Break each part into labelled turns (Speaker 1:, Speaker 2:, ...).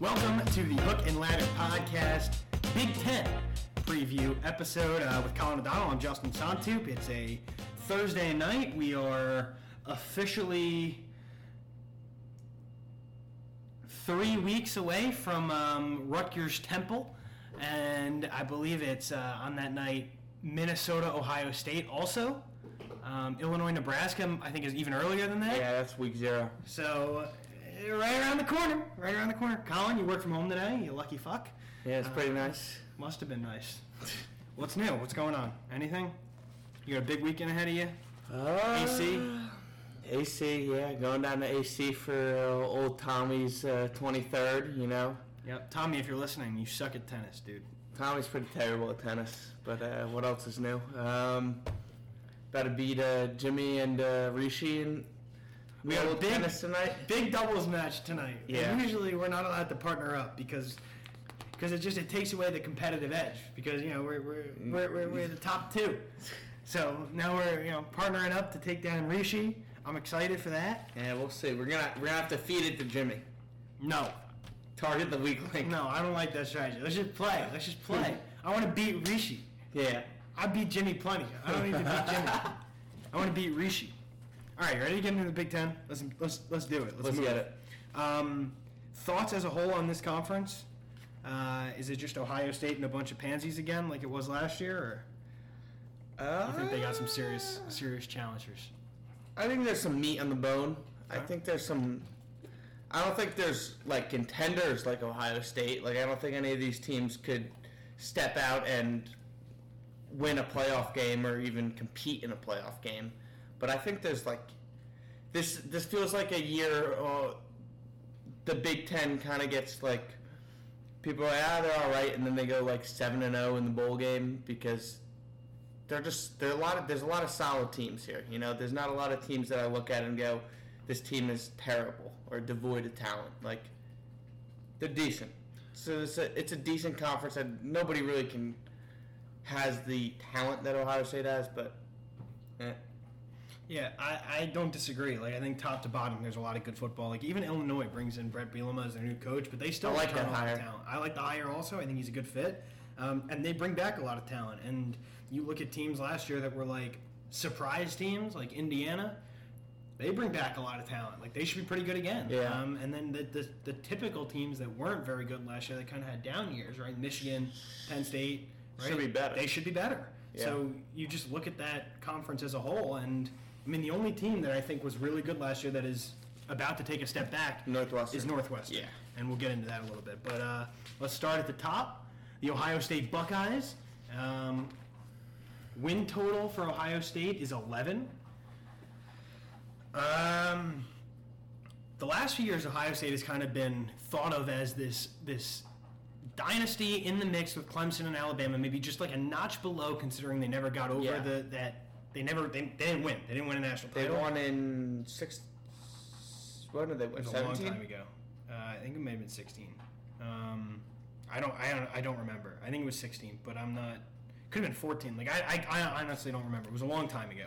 Speaker 1: Welcome to the Hook and Ladder Podcast Big Ten preview episode uh, with Colin O'Donnell. I'm Justin Santup. It's a Thursday night. We are officially three weeks away from um, Rutgers Temple, and I believe it's uh, on that night Minnesota Ohio State also. Um, Illinois Nebraska I think is even earlier than that.
Speaker 2: Yeah, that's week zero.
Speaker 1: So, uh, right around the corner. Right around the corner. Colin, you work from home today. You lucky fuck.
Speaker 2: Yeah, it's pretty nice.
Speaker 1: Must have been nice. What's new? What's going on? Anything? You got a big weekend ahead of you?
Speaker 2: Uh,
Speaker 1: AC?
Speaker 2: AC, yeah, going down to AC for uh, old Tommy's uh, 23rd, you know.
Speaker 1: Yep. Tommy, if you're listening, you suck at tennis, dude.
Speaker 2: Tommy's pretty terrible at tennis, but uh, what else is new? Um, about to beat uh, Jimmy and uh, Rishi in
Speaker 1: We got a
Speaker 2: old
Speaker 1: big-
Speaker 2: tennis tonight.
Speaker 1: Big doubles match tonight. And
Speaker 2: Yeah.
Speaker 1: usually we're not allowed to partner up because because it just it takes away the competitive edge because you know we're we're, we're, we're, we're the top two. So now we're you know partnering up to take down Rishi. I'm excited for that.
Speaker 2: Yeah, we'll see. We're gonna we're gonna have to feed it to Jimmy.
Speaker 1: No,
Speaker 2: Target the weak link.
Speaker 1: No, I don't like that strategy. Let's just play. Let's just play. I want to beat Rishi.
Speaker 2: Yeah.
Speaker 1: I beat Jimmy plenty. I don't need to beat Jimmy. I want to beat Rishi. All right, you ready to get into the Big Ten? Let's let's let's do it.
Speaker 2: Let's
Speaker 1: move.
Speaker 2: get it.
Speaker 1: Um, thoughts as a whole on this conference? Uh, is it just Ohio State and a bunch of pansies again, like it was last year, or I think they got some serious
Speaker 2: Uh,
Speaker 1: serious challengers?
Speaker 2: I think there's some meat on the bone. I
Speaker 1: Okay.
Speaker 2: think there's some. I don't think there's like contenders like Ohio State. Like I don't think any of these teams could step out and win a playoff game or even compete in a playoff game. But I think there's like this. This feels like a year. Uh, the Big Ten kind of gets like people are like ah they're all right, and then they go like seven and zero in the bowl game because they're just there are a lot of there's a lot of solid teams here. You know, there's not a lot of teams that I look at and go, this team is terrible or devoid of talent. Like they're decent. So it's a, it's a decent conference that nobody really can has the talent that Ohio State has, but eh.
Speaker 1: Yeah, I, I don't disagree. Like I think top to bottom, there's a lot of good football. Like even Illinois brings in Brett Bielema as their new coach, but they still
Speaker 2: I like
Speaker 1: return
Speaker 2: that
Speaker 1: a lot of
Speaker 2: hire.
Speaker 1: talent. I like the hire also. I think he's a good fit, um, and they bring back a lot of talent. And you look at teams last year that were like surprise teams, like Indiana. They bring back a lot of talent. Like they should be pretty good again.
Speaker 2: Yeah.
Speaker 1: Um, and then the, the the typical teams that weren't very good last year, they kind of had down years, right? Michigan, Penn State. Right?
Speaker 2: Should be better.
Speaker 1: They should be better.
Speaker 2: Yeah.
Speaker 1: So you just look at that conference as a whole, and I mean, the only team that I think was really good last year that is about to take a step back
Speaker 2: Northwestern.
Speaker 1: is Northwestern.
Speaker 2: Yeah.
Speaker 1: And we'll get into that a little bit. But uh, let's start at the top the Ohio State Buckeyes. Um, win total for Ohio State is 11. Um, the last few years, Ohio State has kind of been thought of as this this dynasty in the mix with Clemson and Alabama, maybe just like a notch below, considering they never got over
Speaker 2: Yeah.
Speaker 1: the that they never they, they didn't win. They didn't win a national
Speaker 2: they
Speaker 1: title.
Speaker 2: won in six. When did they win?
Speaker 1: It was a long time
Speaker 2: Seventeen.
Speaker 1: ago. Uh, I think it may have been 16. Um, I don't, I don't, I don't remember. I think it was 16, but I'm not. Could have been 14. Like I, I, I honestly don't remember. It was a long time ago.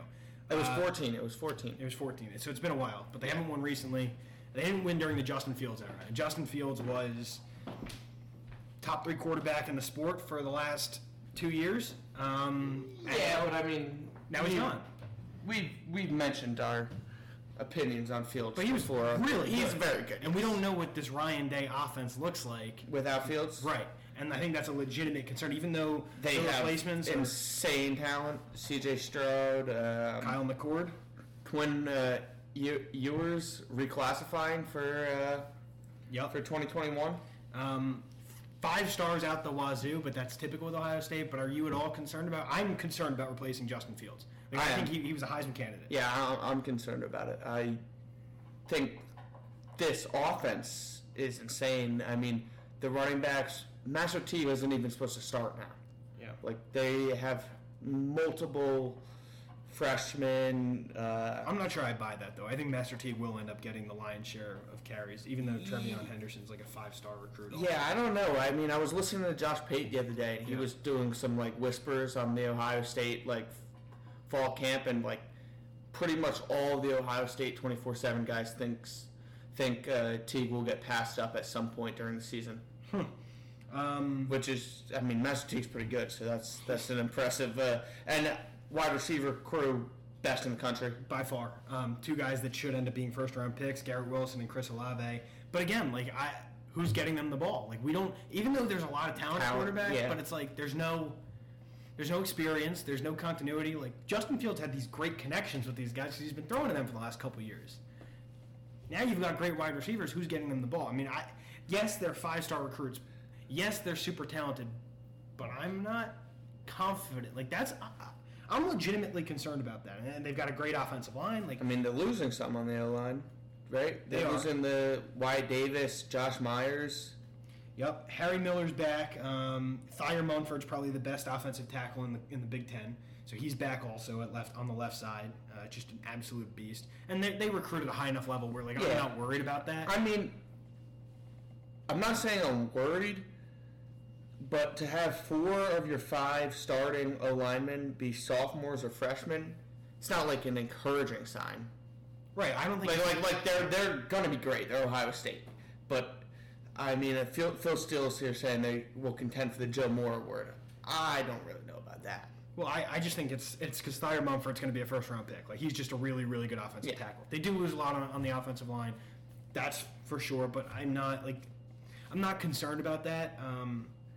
Speaker 2: It was
Speaker 1: Uh,
Speaker 2: fourteen. It was fourteen.
Speaker 1: it was 14. So it's been a while, but they haven't won recently. They didn't win during the Justin Fields era. And Justin Fields was top three quarterback in the sport for the last two years. Um, and
Speaker 2: Yeah, but I mean,
Speaker 1: Now he's
Speaker 2: we-
Speaker 1: gone.
Speaker 2: We've we've mentioned our opinions on Fields,
Speaker 1: But he was
Speaker 2: before.
Speaker 1: really
Speaker 2: he's
Speaker 1: good.
Speaker 2: very good.
Speaker 1: And we don't know what this Ryan Day offense looks like.
Speaker 2: Without Fields,
Speaker 1: Right. And I think that's a legitimate concern, even though
Speaker 2: They
Speaker 1: the
Speaker 2: have
Speaker 1: replacements are
Speaker 2: insane talent. C.J. Stroud, um,
Speaker 1: Kyle McCord.
Speaker 2: Quinn uh, Ew- Ewers reclassifying for uh,
Speaker 1: Yep.
Speaker 2: for 2021.
Speaker 1: Um, five stars out the wazoo, but that's typical with Ohio State. But are you at all concerned about? I'm concerned about replacing Justin Fields. Like, I,
Speaker 2: I am.
Speaker 1: think he, he was a Heisman candidate.
Speaker 2: Yeah, I, I'm concerned about it. I think this offense is insane. I mean, the running backs. Master T isn't even supposed to start now.
Speaker 1: Yeah.
Speaker 2: Like they have multiple freshmen. Uh,
Speaker 1: I'm not sure I buy that though. I think Master T will end up getting the lion's share of carries, even though Trevion Henderson's like a five-star recruit.
Speaker 2: yeah, I don't know. I mean, I was listening to Josh Pate the other day, and he
Speaker 1: Yeah.
Speaker 2: was doing some like whispers on the Ohio State like fall camp, and like pretty much all the Ohio State 24/7 guys thinks think uh, Teague will get passed up at some point during the season.
Speaker 1: Um,
Speaker 2: Which is, I mean, Master Teague's pretty good, so that's that's an impressive uh, and wide receiver crew best in the country.
Speaker 1: by far, um, two guys that should end up being first round picks: Garrett Wilson and Chris Olave. But again, like I, who's getting them the ball? Like we don't. Even though there's a lot of talent, at
Speaker 2: Talent,
Speaker 1: quarterback,
Speaker 2: yeah.
Speaker 1: but it's like there's no. There's no experience. There's no continuity. Like Justin Fields had these great connections with these guys because he's been throwing to them for the last couple years. Now you've got great wide receivers. Who's getting them the ball? I mean, I yes, they're five star recruits. Yes, they're super talented, but I'm not confident. Like that's I, I- I'm legitimately concerned about that. And they've got a great offensive line. Like
Speaker 2: I mean, they're losing something on the O line, right? They're
Speaker 1: They are.
Speaker 2: losing the Y Davis, Josh Myers.
Speaker 1: Yep, Harry Miller's back. Um, Thayer Munford's probably the best offensive tackle in the in the Big Ten, so he's back also at left on the left side. Uh, just an absolute beast, and they, they recruited a high enough level where like I'm
Speaker 2: Yeah.
Speaker 1: not worried about that.
Speaker 2: I mean, I'm not saying I'm worried, but to have four of your five starting O linemen be sophomores or freshmen, it's not like an encouraging sign.
Speaker 1: right, I don't think
Speaker 2: Like, like, like they're they're gonna be great. They're Ohio State, but I mean, if Phil, Phil Steele's here saying they will contend for the Joe Moore Award. I don't really know about that.
Speaker 1: Well, I, I just think it's it's because Thayer Mumford's going to be a first round pick. Like he's just a really really good offensive
Speaker 2: Yeah.
Speaker 1: tackle. They do lose a lot on, on the offensive line, that's for sure. But I'm not like I'm not concerned about that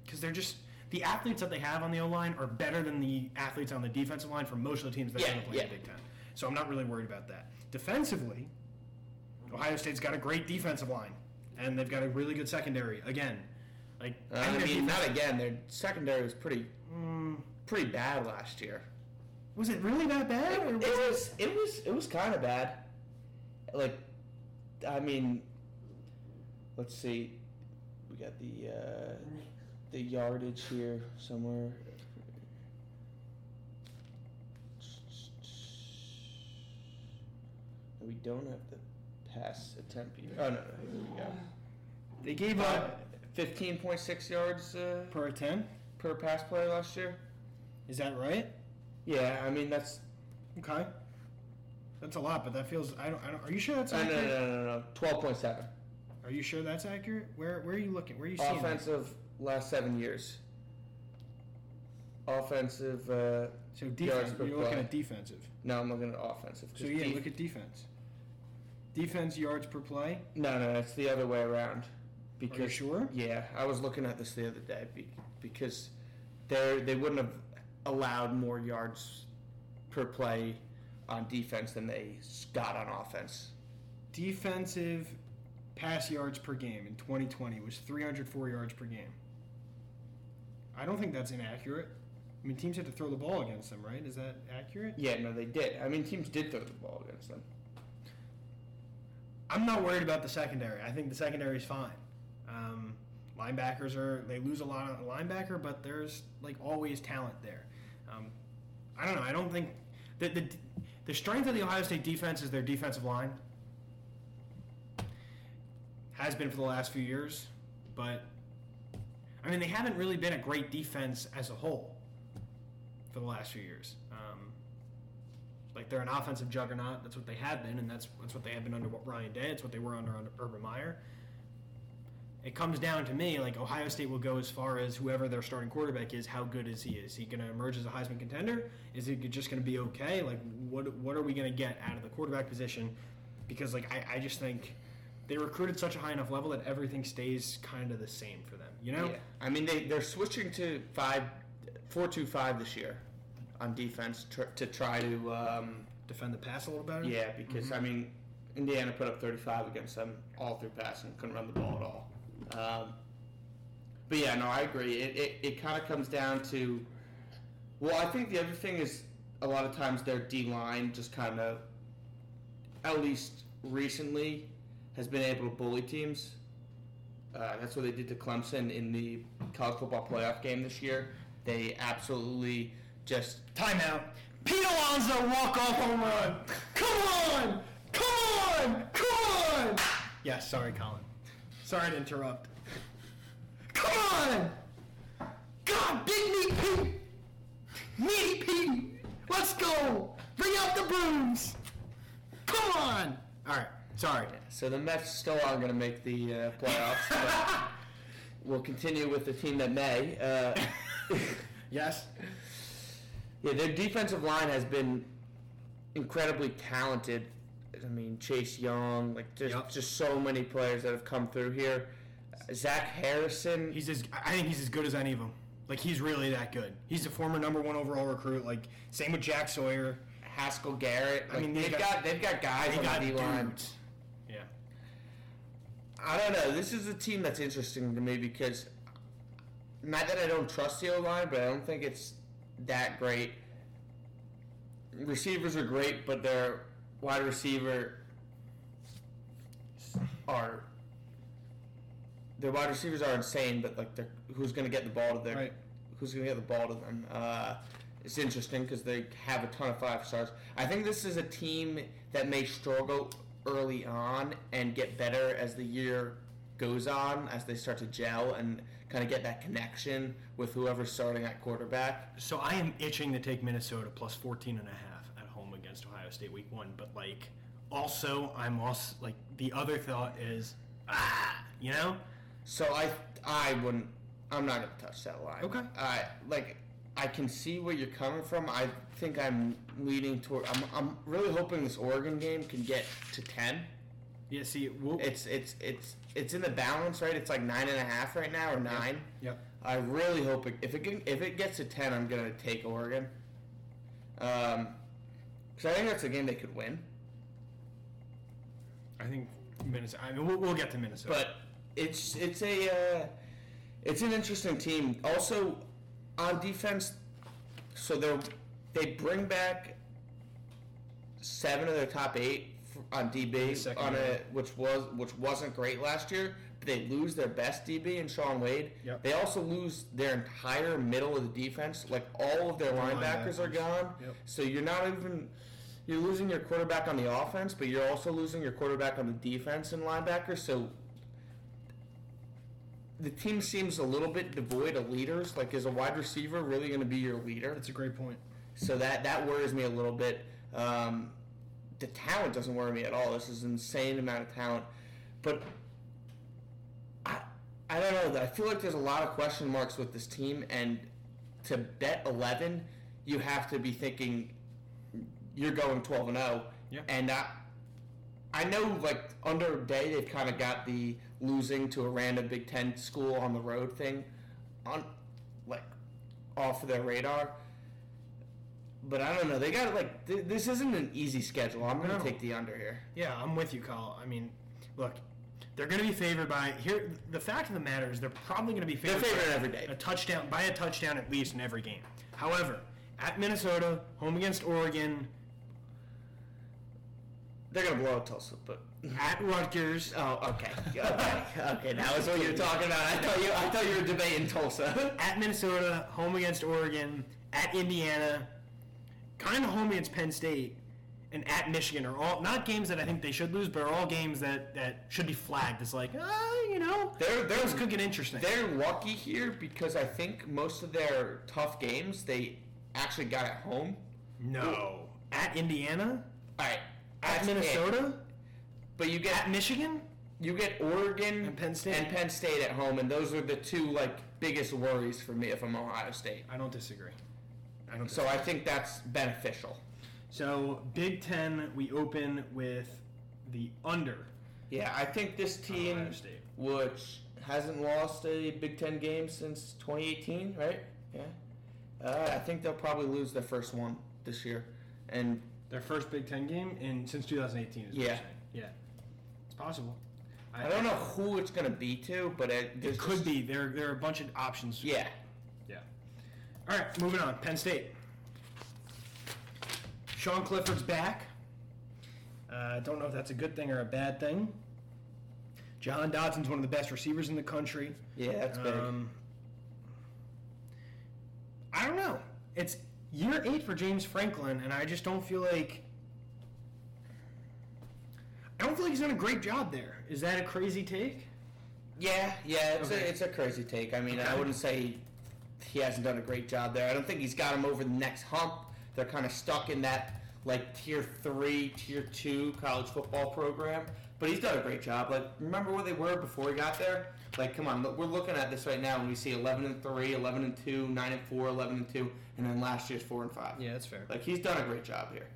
Speaker 1: because they're just the athletes that they have on the O line are better than the athletes on the defensive line for most of the teams that are
Speaker 2: Yeah,
Speaker 1: going to play in the
Speaker 2: yeah.
Speaker 1: Big Ten. So I'm not really worried about that. Defensively, Ohio State's got a great defensive line, and they've got a really good secondary. Again, like
Speaker 2: Uh,
Speaker 1: and
Speaker 2: I
Speaker 1: their
Speaker 2: mean,
Speaker 1: defense-
Speaker 2: not again. Their secondary was pretty, pretty bad last year.
Speaker 1: mm, was it really that bad? Or
Speaker 2: It
Speaker 1: was
Speaker 2: was, it was, it was kind of bad. Like, I mean, let's see. We got the uh, the yardage here somewhere. We don't have the pass attempt. Here. Oh no, no, here we go.
Speaker 1: they gave
Speaker 2: Uh,
Speaker 1: up
Speaker 2: Fifteen point six yards uh,
Speaker 1: per attempt.
Speaker 2: per pass play last year.
Speaker 1: Is that right?
Speaker 2: Yeah, I mean that's
Speaker 1: Okay. That's a lot, but that feels. I don't. I don't are you sure that's
Speaker 2: no, no,
Speaker 1: accurate?
Speaker 2: no, no, no. Twelve point seven.
Speaker 1: Are you sure that's accurate? Where Where are you looking? Where are you seeing? that?
Speaker 2: Offensive last seven years. Offensive. Uh,
Speaker 1: So
Speaker 2: yards
Speaker 1: defense.
Speaker 2: per
Speaker 1: You're looking
Speaker 2: play.
Speaker 1: at defensive.
Speaker 2: no, I'm looking at offensive. 'cause
Speaker 1: So yeah,
Speaker 2: def-
Speaker 1: look at defense. Defense yards per play.
Speaker 2: no, no, it's the other way around.
Speaker 1: Are you
Speaker 2: Because
Speaker 1: Oh, sure?
Speaker 2: yeah, I was looking at this the other day be- because they they wouldn't have allowed more yards per play on defense than they s- got on offense.
Speaker 1: Defensive pass yards per game in 2020 was 304 yards per game. I don't think that's inaccurate. I mean, teams had to throw the ball against them, right? Is that accurate?
Speaker 2: Yeah, no, they did. I mean, teams did throw the ball against them.
Speaker 1: I'm not worried about the secondary. I think the secondary is fine. Um, linebackers are they lose a lot on linebacker, but there's like always talent there. Um, I don't know. I don't think the, the the strength of the Ohio State defense is their defensive line. Has been for the last few years, but I mean they haven't really been a great defense as a whole for the last few years. Um, like they're an offensive juggernaut. That's what they have been, and that's that's what they have been under Ryan Day. It's what they were under, under Urban Meyer. It comes down to me like Ohio State will go as far as whoever their starting quarterback is. How good is he? Is he going to emerge as a Heisman contender? Is he just going to be okay? Like what what are we going to get out of the quarterback position? Because like I, I just think they recruited such a high enough level that everything stays kind of the same for them. You know.
Speaker 2: Yeah. I mean, they, they're switching to five, four two five this year on defense tr- to try to, um,
Speaker 1: Defend the pass a little better.
Speaker 2: yeah, because, I mean, Indiana put up 35 against them all through passing, couldn't run the ball at all. Um, but yeah, no, I agree. It, it, it kind of comes down to, well, I think the other thing is a lot of times their D line just kind of, at least recently, has been able to bully teams. Uh, that's what they did to Clemson in the college football playoff game this year. They absolutely just
Speaker 1: Timeout. Pete Alonso walk off home run. Come on! Come on! Come on! Yeah, sorry, Colin. Sorry to interrupt. Come on! God, big meat Pete! Meaty Pete! Let's go! Bring out the brooms! Come on! Alright. Sorry.
Speaker 2: So the Mets still aren't going to make the uh, playoffs, but we'll continue with the team that may. Uh,
Speaker 1: Yes.
Speaker 2: yeah, their defensive line has been incredibly talented. I mean, Chase Young, like there's
Speaker 1: Yep.
Speaker 2: just so many players that have come through here. Uh, Zach Harrison,
Speaker 1: He's as I think he's as good as any of them. Like he's really that good. He's a former number one overall recruit. Like same with Jack Sawyer.
Speaker 2: Haskell Garrett. Like, I
Speaker 1: mean,
Speaker 2: mean,
Speaker 1: they
Speaker 2: they've
Speaker 1: got-
Speaker 2: got, they've got guys
Speaker 1: They
Speaker 2: on
Speaker 1: got
Speaker 2: the D line.
Speaker 1: dudes. Yeah.
Speaker 2: I don't know. This is a team that's interesting to me because not that I don't trust the O line, but I don't think it's that great. Receivers are great, but their wide receiver are their wide receivers are insane. But like, they're, who's going to get the ball to their
Speaker 1: Right.
Speaker 2: who's going to get the ball to them? Uh, it's interesting because they have a ton of five stars. I think this is a team that may struggle early on and get better as the year goes on, as they start to gel and kind of get that connection with whoever's starting at quarterback.
Speaker 1: So I am itching to take Minnesota plus 14 and a half at home against Ohio State week 1, but like also I'm also like the other thought is ah, you know?
Speaker 2: So I, I wouldn't. I'm not gonna touch that line.
Speaker 1: Okay.
Speaker 2: I like. I can see where you're coming from. I think I'm leaning toward. I'm, I'm really hoping this Oregon game can get to ten.
Speaker 1: Yeah, see, it will
Speaker 2: It's it's it's it's in the balance, right? It's like nine and a half right now, or nine.
Speaker 1: Yep.
Speaker 2: I really hope it, if it can, if it gets to ten, I'm gonna take Oregon. Um, because I think that's a game they could win.
Speaker 1: I think Minnesota I mean we'll, we'll get to Minnesota.
Speaker 2: But it's it's a uh, it's an interesting team. Also on defense, so they are they bring back seven of their top eight f- on
Speaker 1: The
Speaker 2: DB
Speaker 1: second
Speaker 2: on a
Speaker 1: year.
Speaker 2: which was which wasn't great last year. But they lose their best DB in Sean Wade.
Speaker 1: Yep.
Speaker 2: They also lose their entire middle of the defense. Like all of their linebackers are
Speaker 1: linebackers.
Speaker 2: gone.
Speaker 1: Yep.
Speaker 2: So you're not even you're losing your quarterback on the offense, but you're also losing your quarterback on the defense and linebacker. So the team seems a little bit devoid of leaders. Like, is a wide receiver really going to be your leader?
Speaker 1: that's a great point.
Speaker 2: So that that worries me a little bit. Um, the talent doesn't worry me at all. This is an insane amount of talent, but I I don't know. I feel like there's a lot of question marks with this team, and to bet eleven, you have to be thinking you're going twelve and zero.
Speaker 1: Yeah.
Speaker 2: And I I know like under day they've kind of got the losing to a random Big Ten school on the road thing on like off of their radar. But I don't know. They got like th- this isn't an easy schedule. I'm gonna
Speaker 1: No.
Speaker 2: take the under here.
Speaker 1: Yeah, I'm with you, Kyle. I mean, look, they're going to be favored by here. The fact of the matter is, they're probably going to be
Speaker 2: They're
Speaker 1: favored,
Speaker 2: favored
Speaker 1: by
Speaker 2: every day.
Speaker 1: a touchdown by a touchdown at least in every game. However, at Minnesota, home against Oregon,
Speaker 2: They're gonna blow out Tulsa, but
Speaker 1: at Rutgers,
Speaker 2: oh, okay, okay, okay. That was what you were talking about. I thought you, I thought you were debating Tulsa.
Speaker 1: at Minnesota, home against Oregon, at Indiana, kind of home against Penn State, and at Michigan are all not games that I think they should lose, but are all games that that should be flagged. It's like, ah, you know,
Speaker 2: They're they're
Speaker 1: this could get interesting.
Speaker 2: They're lucky here because I think most of their tough games they actually got at home.
Speaker 1: No, at Indiana,
Speaker 2: All right,
Speaker 1: at
Speaker 2: that's it.
Speaker 1: Minnesota.
Speaker 2: but you
Speaker 1: At
Speaker 2: get
Speaker 1: Michigan?
Speaker 2: you get Oregon
Speaker 1: And Penn State.
Speaker 2: and Penn State at home, and those are the two like biggest worries for me if I'm Ohio State.
Speaker 1: I don't disagree. I don't.
Speaker 2: So I think that's beneficial.
Speaker 1: So Big Ten, we open with the under.
Speaker 2: Yeah, I think this team,
Speaker 1: Ohio State.
Speaker 2: which hasn't lost a Big Ten game since 2018, right? Yeah, uh, I think they'll probably lose their first one this year, and
Speaker 1: Their first Big Ten game in since 2018. Is what
Speaker 2: Yeah.
Speaker 1: you're saying. Yeah. It's possible.
Speaker 2: I don't know who it's gonna be to, but it,
Speaker 1: It
Speaker 2: there's
Speaker 1: could
Speaker 2: just-
Speaker 1: be. There, there are a bunch of options.
Speaker 2: Yeah,
Speaker 1: Yeah. All right, moving on. Penn State. Sean Clifford's back. Uh, don't know if that's a good thing or a bad thing. John Dodson's one of the best receivers in the country.
Speaker 2: yeah, that's big.
Speaker 1: Um, I don't know. It's year eight for James Franklin, and I just don't feel like. I don't feel like he's done a great job there. Is that a crazy take?
Speaker 2: yeah, yeah, it's
Speaker 1: okay.
Speaker 2: a it's a crazy take. I mean, I
Speaker 1: Okay.
Speaker 2: wouldn't say he, he hasn't done a great job there. I don't think he's got him over the next hump. They're kind of stuck in that like tier three, tier two college football program But he's done a great job. Like, remember where they were before he got there? Like, come on, look, we're looking at this right now, and we see 11 and 3, 11 and 2, 9 and 4, 11 and 2, and then last year's 4 and 5.
Speaker 3: Yeah, that's fair.
Speaker 2: Like, he's done a great job here.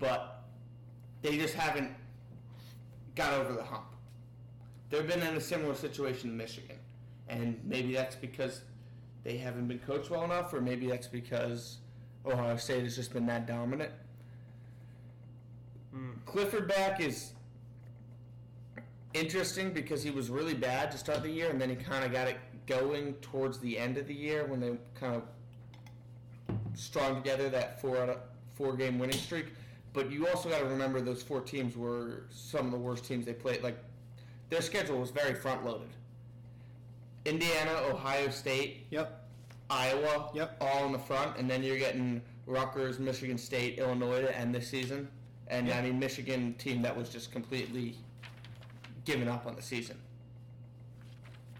Speaker 2: But they just haven't got over the hump. They've been in a similar situation in Michigan. And maybe that's because they haven't been coached well enough, or maybe that's because Ohio State has just been that dominant. Clifford back is interesting because he was really bad to start the year, and then he kind of got it going towards the end of the year when they kind of strung together that four out of four game winning streak. But you also got to remember those four teams were some of the worst teams they played. Like their schedule was very front loaded. Indiana, Ohio State,
Speaker 3: Yep.
Speaker 2: Iowa,
Speaker 3: Yep.
Speaker 2: all in the front, and then you're getting Rutgers, Michigan State, Illinois to end this season, and I mean Michigan team that was just completely giving up on the season.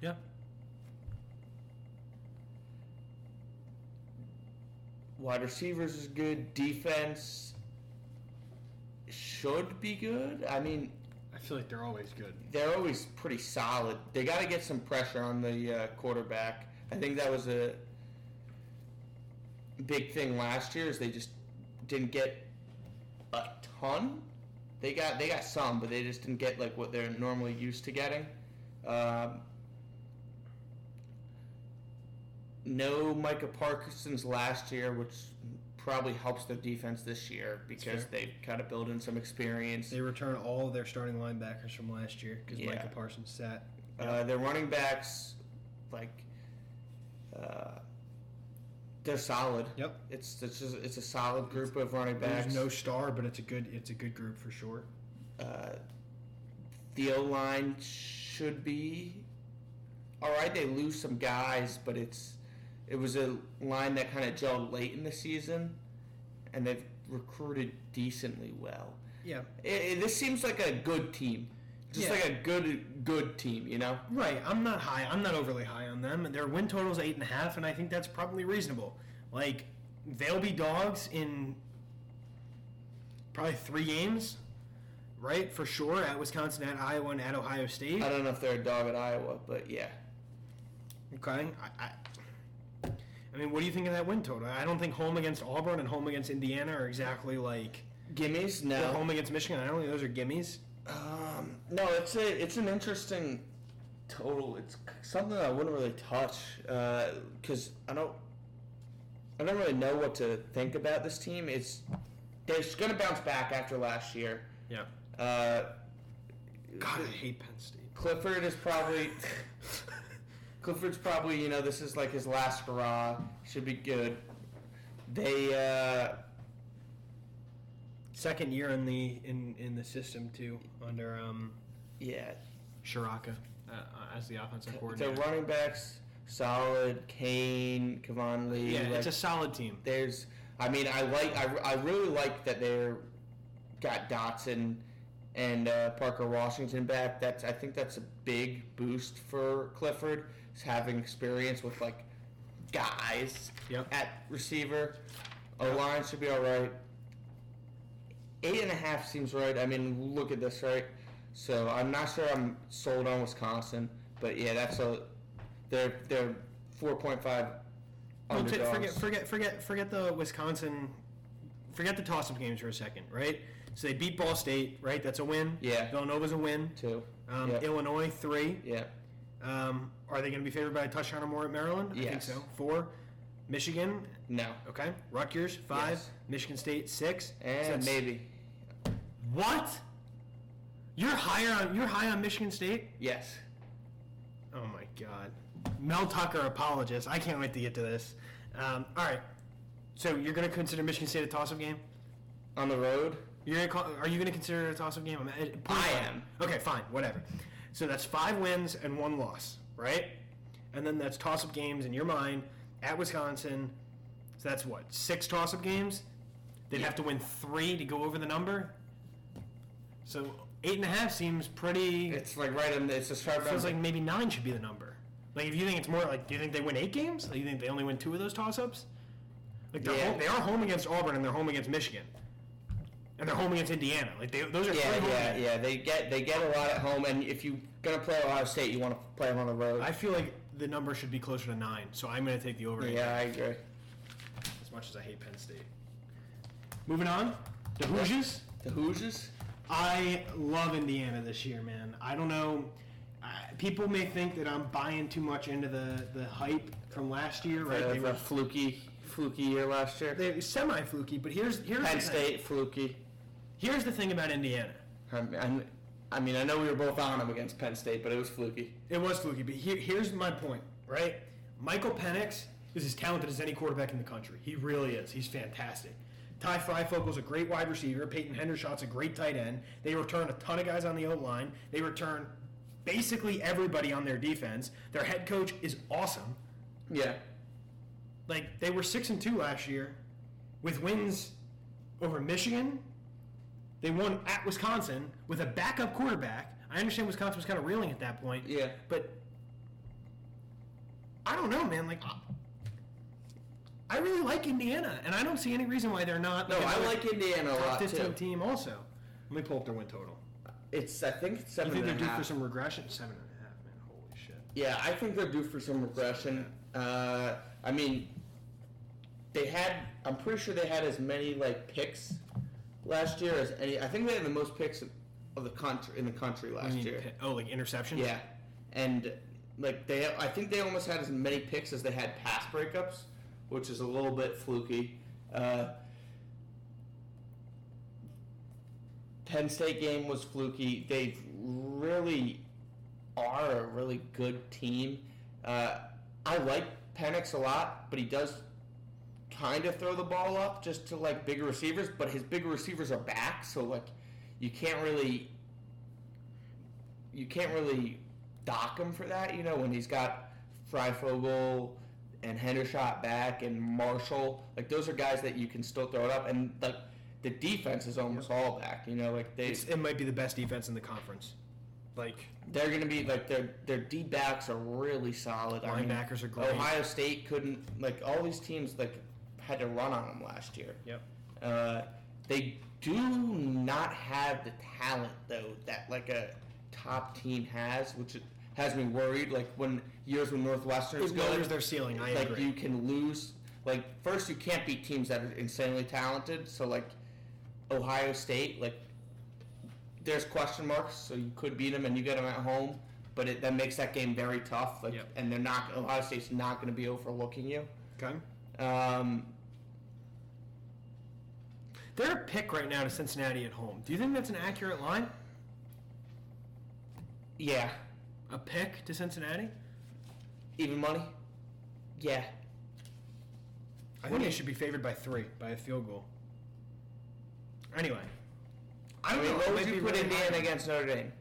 Speaker 1: Yeah.
Speaker 2: Wide receivers is good. Defense should be good. I mean,
Speaker 3: I feel like they're always good.
Speaker 2: they're always pretty solid. They got to get some pressure on the uh, quarterback. I think that was a big thing last year is they just didn't get a ton. They got they got some, but they just didn't get like what they're normally used to getting. Um, no Micah Parkinson's last year, which probably helps their defense this year because
Speaker 3: fair.
Speaker 2: they've kind of built in some experience.
Speaker 3: They return all of their starting linebackers from last year because
Speaker 2: Yeah.
Speaker 3: Micah Parsons sat.
Speaker 2: Uh, their running backs, like, uh, they're solid.
Speaker 3: Yep.
Speaker 2: It's it's just, it's a solid group of running backs.
Speaker 3: There's no star, but it's a good it's a good group for sure.
Speaker 2: uh, the O line should be all right. They lose some guys, but it's it was a line that kind of gelled late in the season, and they've recruited decently well.
Speaker 3: Yeah.
Speaker 2: It, it- this seems like a good team, just
Speaker 3: Yeah.
Speaker 2: like a good good team, you know.
Speaker 1: Right. I'm not high. I'm not overly high on them. Their win total's eight and a half, and I think that's probably reasonable. Like they'll be dogs in probably three games, right? For sure, at Wisconsin, at Iowa, and at Ohio State.
Speaker 2: I don't know if they're a dog at Iowa, but yeah.
Speaker 1: Okay. I, I, I mean, what do you think of that win total? I don't think home against Auburn and home against Indiana are exactly like
Speaker 2: Gimmies?
Speaker 1: the
Speaker 2: No.
Speaker 1: home against Michigan. I don't think those are gimmies.
Speaker 2: Um, no, it's a it's an interesting total. It's c- something I wouldn't really touch because I don't I don't really know what to think about this team. It's they're going to bounce back after last year.
Speaker 1: Yeah.
Speaker 2: Uh,
Speaker 3: God, I hate Penn State.
Speaker 2: Clifford is probably Clifford's probably you know this is like his last hurrah. Should be good. They uh,
Speaker 1: Second year in the in in the system too under um,
Speaker 2: yeah
Speaker 1: Shiraka uh, as the offensive
Speaker 2: the
Speaker 1: coordinator.
Speaker 2: running backs solid. Kane, Kevon Lee.
Speaker 1: Yeah,
Speaker 2: like-
Speaker 1: it's a solid team.
Speaker 2: there's I mean I like I, I really like that they're got Dotson and uh, Parker Washington back. That's I think that's a big boost for Clifford is having experience with like guys
Speaker 1: Yep.
Speaker 2: at receiver. O line should be all right. Eight and a half seems right. I mean, look at this, right? So I'm not sure I'm sold on Wisconsin, but yeah, that's a they're they're four point five.
Speaker 1: Well, t- forget, forget, forget, forget the Wisconsin. Forget the toss-up games for a second, right? So they beat Ball State, right? That's a win.
Speaker 2: Yeah.
Speaker 1: Villanova's a win.
Speaker 2: Two.
Speaker 1: Um,
Speaker 2: yeah.
Speaker 1: Illinois three.
Speaker 2: yeah.
Speaker 1: Um, are they going to be favored by a touchdown or more at Maryland? I think
Speaker 2: Yes.
Speaker 1: so. Four. Michigan,
Speaker 2: No.
Speaker 1: okay. Rutgers five.
Speaker 2: Yes.
Speaker 1: Michigan State six. So
Speaker 2: And
Speaker 1: that's-
Speaker 2: maybe.
Speaker 1: what? You're higher on you're high on Michigan State.
Speaker 2: Yes.
Speaker 1: Oh my God. Mel Tucker, apologist. I can't wait to get to this. Um, all right. So you're going to consider Michigan State a toss-up game?
Speaker 2: On the road.
Speaker 1: You're gonna call, are you going to consider it a toss-up game? I'm, it-
Speaker 2: I am.
Speaker 1: Okay, fine, whatever. So that's five wins and one loss, right? And then that's toss-up games in your mind at Wisconsin. So that's what six toss-up games. They'd have to win three to go over the number. So eight and a half seems pretty.
Speaker 2: It's like right in. The, it's a sharp.
Speaker 1: Feels like maybe nine should be the number. Like, if you think it's more, like, do you think they win eight games? Like, you think they only win two of those toss-ups? Like, they're
Speaker 2: Yeah.
Speaker 1: home, they are home against Auburn and they're home against Michigan. and they're home against Indiana. Like they, those are
Speaker 2: Yeah,
Speaker 1: three home
Speaker 2: yeah,
Speaker 1: games.
Speaker 2: yeah. They get they get a lot at home, and if you're gonna play Ohio State, you want to play them on the road.
Speaker 1: I feel like the number should be closer to nine, so I'm going to take the over. eight.
Speaker 2: yeah, I agree.
Speaker 4: As much as I hate Penn State,
Speaker 1: Moving on, the Hoosiers.
Speaker 2: The Hoosiers.
Speaker 1: I love Indiana this year, man. I don't know. I, people may think that I'm buying too much into the, the hype from last year, right?
Speaker 2: Right,
Speaker 1: They
Speaker 2: they
Speaker 1: were,
Speaker 2: fluky, fluky year last year.
Speaker 1: they were semi fluky, but here's here's
Speaker 2: Penn
Speaker 1: the Thing.
Speaker 2: State, fluky.
Speaker 1: Here's the thing about Indiana.
Speaker 2: I'm, I'm, I mean, I know we were both on them against Penn State, but it was fluky.
Speaker 1: It was fluky, but here, here's my point, right? Michael Penix is as talented as any quarterback in the country. He really is. He's fantastic. Ty Freifogle's a great wide receiver. Peyton Hendershot's a great tight end. They return a ton of guys on the O line. They return basically everybody on their defense. Their head coach is awesome.
Speaker 2: Yeah.
Speaker 1: Like they were six and two last year, with wins over Michigan. They won at Wisconsin with a backup quarterback. I understand Wisconsin was kind of reeling at that point.
Speaker 2: Yeah.
Speaker 1: But I don't know, man. Like, I- I really like Indiana, and I don't see any reason why they're not.
Speaker 2: No, I
Speaker 1: another
Speaker 2: like Indiana a
Speaker 1: top
Speaker 2: lot
Speaker 1: fifteen
Speaker 2: too.
Speaker 1: team. Also, let me pull up their win total.
Speaker 2: It's I think it's
Speaker 1: I
Speaker 2: seven
Speaker 1: think
Speaker 2: and
Speaker 1: they're
Speaker 2: a
Speaker 1: due for
Speaker 2: half.
Speaker 1: some regression. Seven and a half, man. Holy shit.
Speaker 2: Yeah, I think they're due for some regression. Uh, I mean, they had. I'm pretty sure they had as many like picks last year as any. I think they had the most picks of the country in the country
Speaker 1: I
Speaker 2: last
Speaker 1: mean,
Speaker 2: year.
Speaker 1: pe- oh, like interceptions.
Speaker 2: Yeah, and like they, I think they almost had as many picks as they had pass breakups, which is a little bit fluky. Uh, Penn State game was fluky. They really are a really good team. Uh, I like Penix a lot, but he does kind of throw the ball up just to like bigger receivers. But his bigger receivers are back, so like you can't really you can't really dock him for that, you know, when he's got Freifogel and Hendershot back and Marshall. Like those are guys that you can still throw it up and like the defense is almost all back, you know, like they
Speaker 1: It's, it might be the best defense in the conference. Like
Speaker 2: they're gonna be like their their D backs are really solid. I mean,
Speaker 1: Linebackers are great.
Speaker 2: Ohio State couldn't like all these teams like had to run on them last year.
Speaker 1: Yep.
Speaker 2: Uh, they do not have the talent though that like a top team has, which has me worried. Like when years when Northwestern's
Speaker 1: it
Speaker 2: good,
Speaker 1: lowers their ceiling. I
Speaker 2: like
Speaker 1: agree.
Speaker 2: you can lose. Like first, you can't beat teams that are insanely talented. So like Ohio State, like there's question marks. So you could beat them, and you get them at home, but it, that makes that game very tough. Like,
Speaker 1: Yep.
Speaker 2: and they're not Ohio State's not going to be overlooking you.
Speaker 1: okay.
Speaker 2: Um,
Speaker 1: They're a pick right now to Cincinnati at home. Do you think that's an accurate line?
Speaker 2: yeah,
Speaker 1: A pick to Cincinnati?
Speaker 2: even money. Yeah,
Speaker 1: I think they should be favored by three, by a field goal. Anyway,
Speaker 2: I mean,
Speaker 1: know, it
Speaker 2: what would
Speaker 1: might
Speaker 2: you
Speaker 1: be
Speaker 2: put
Speaker 1: really
Speaker 2: Indiana
Speaker 1: high.
Speaker 2: against Notre Dame?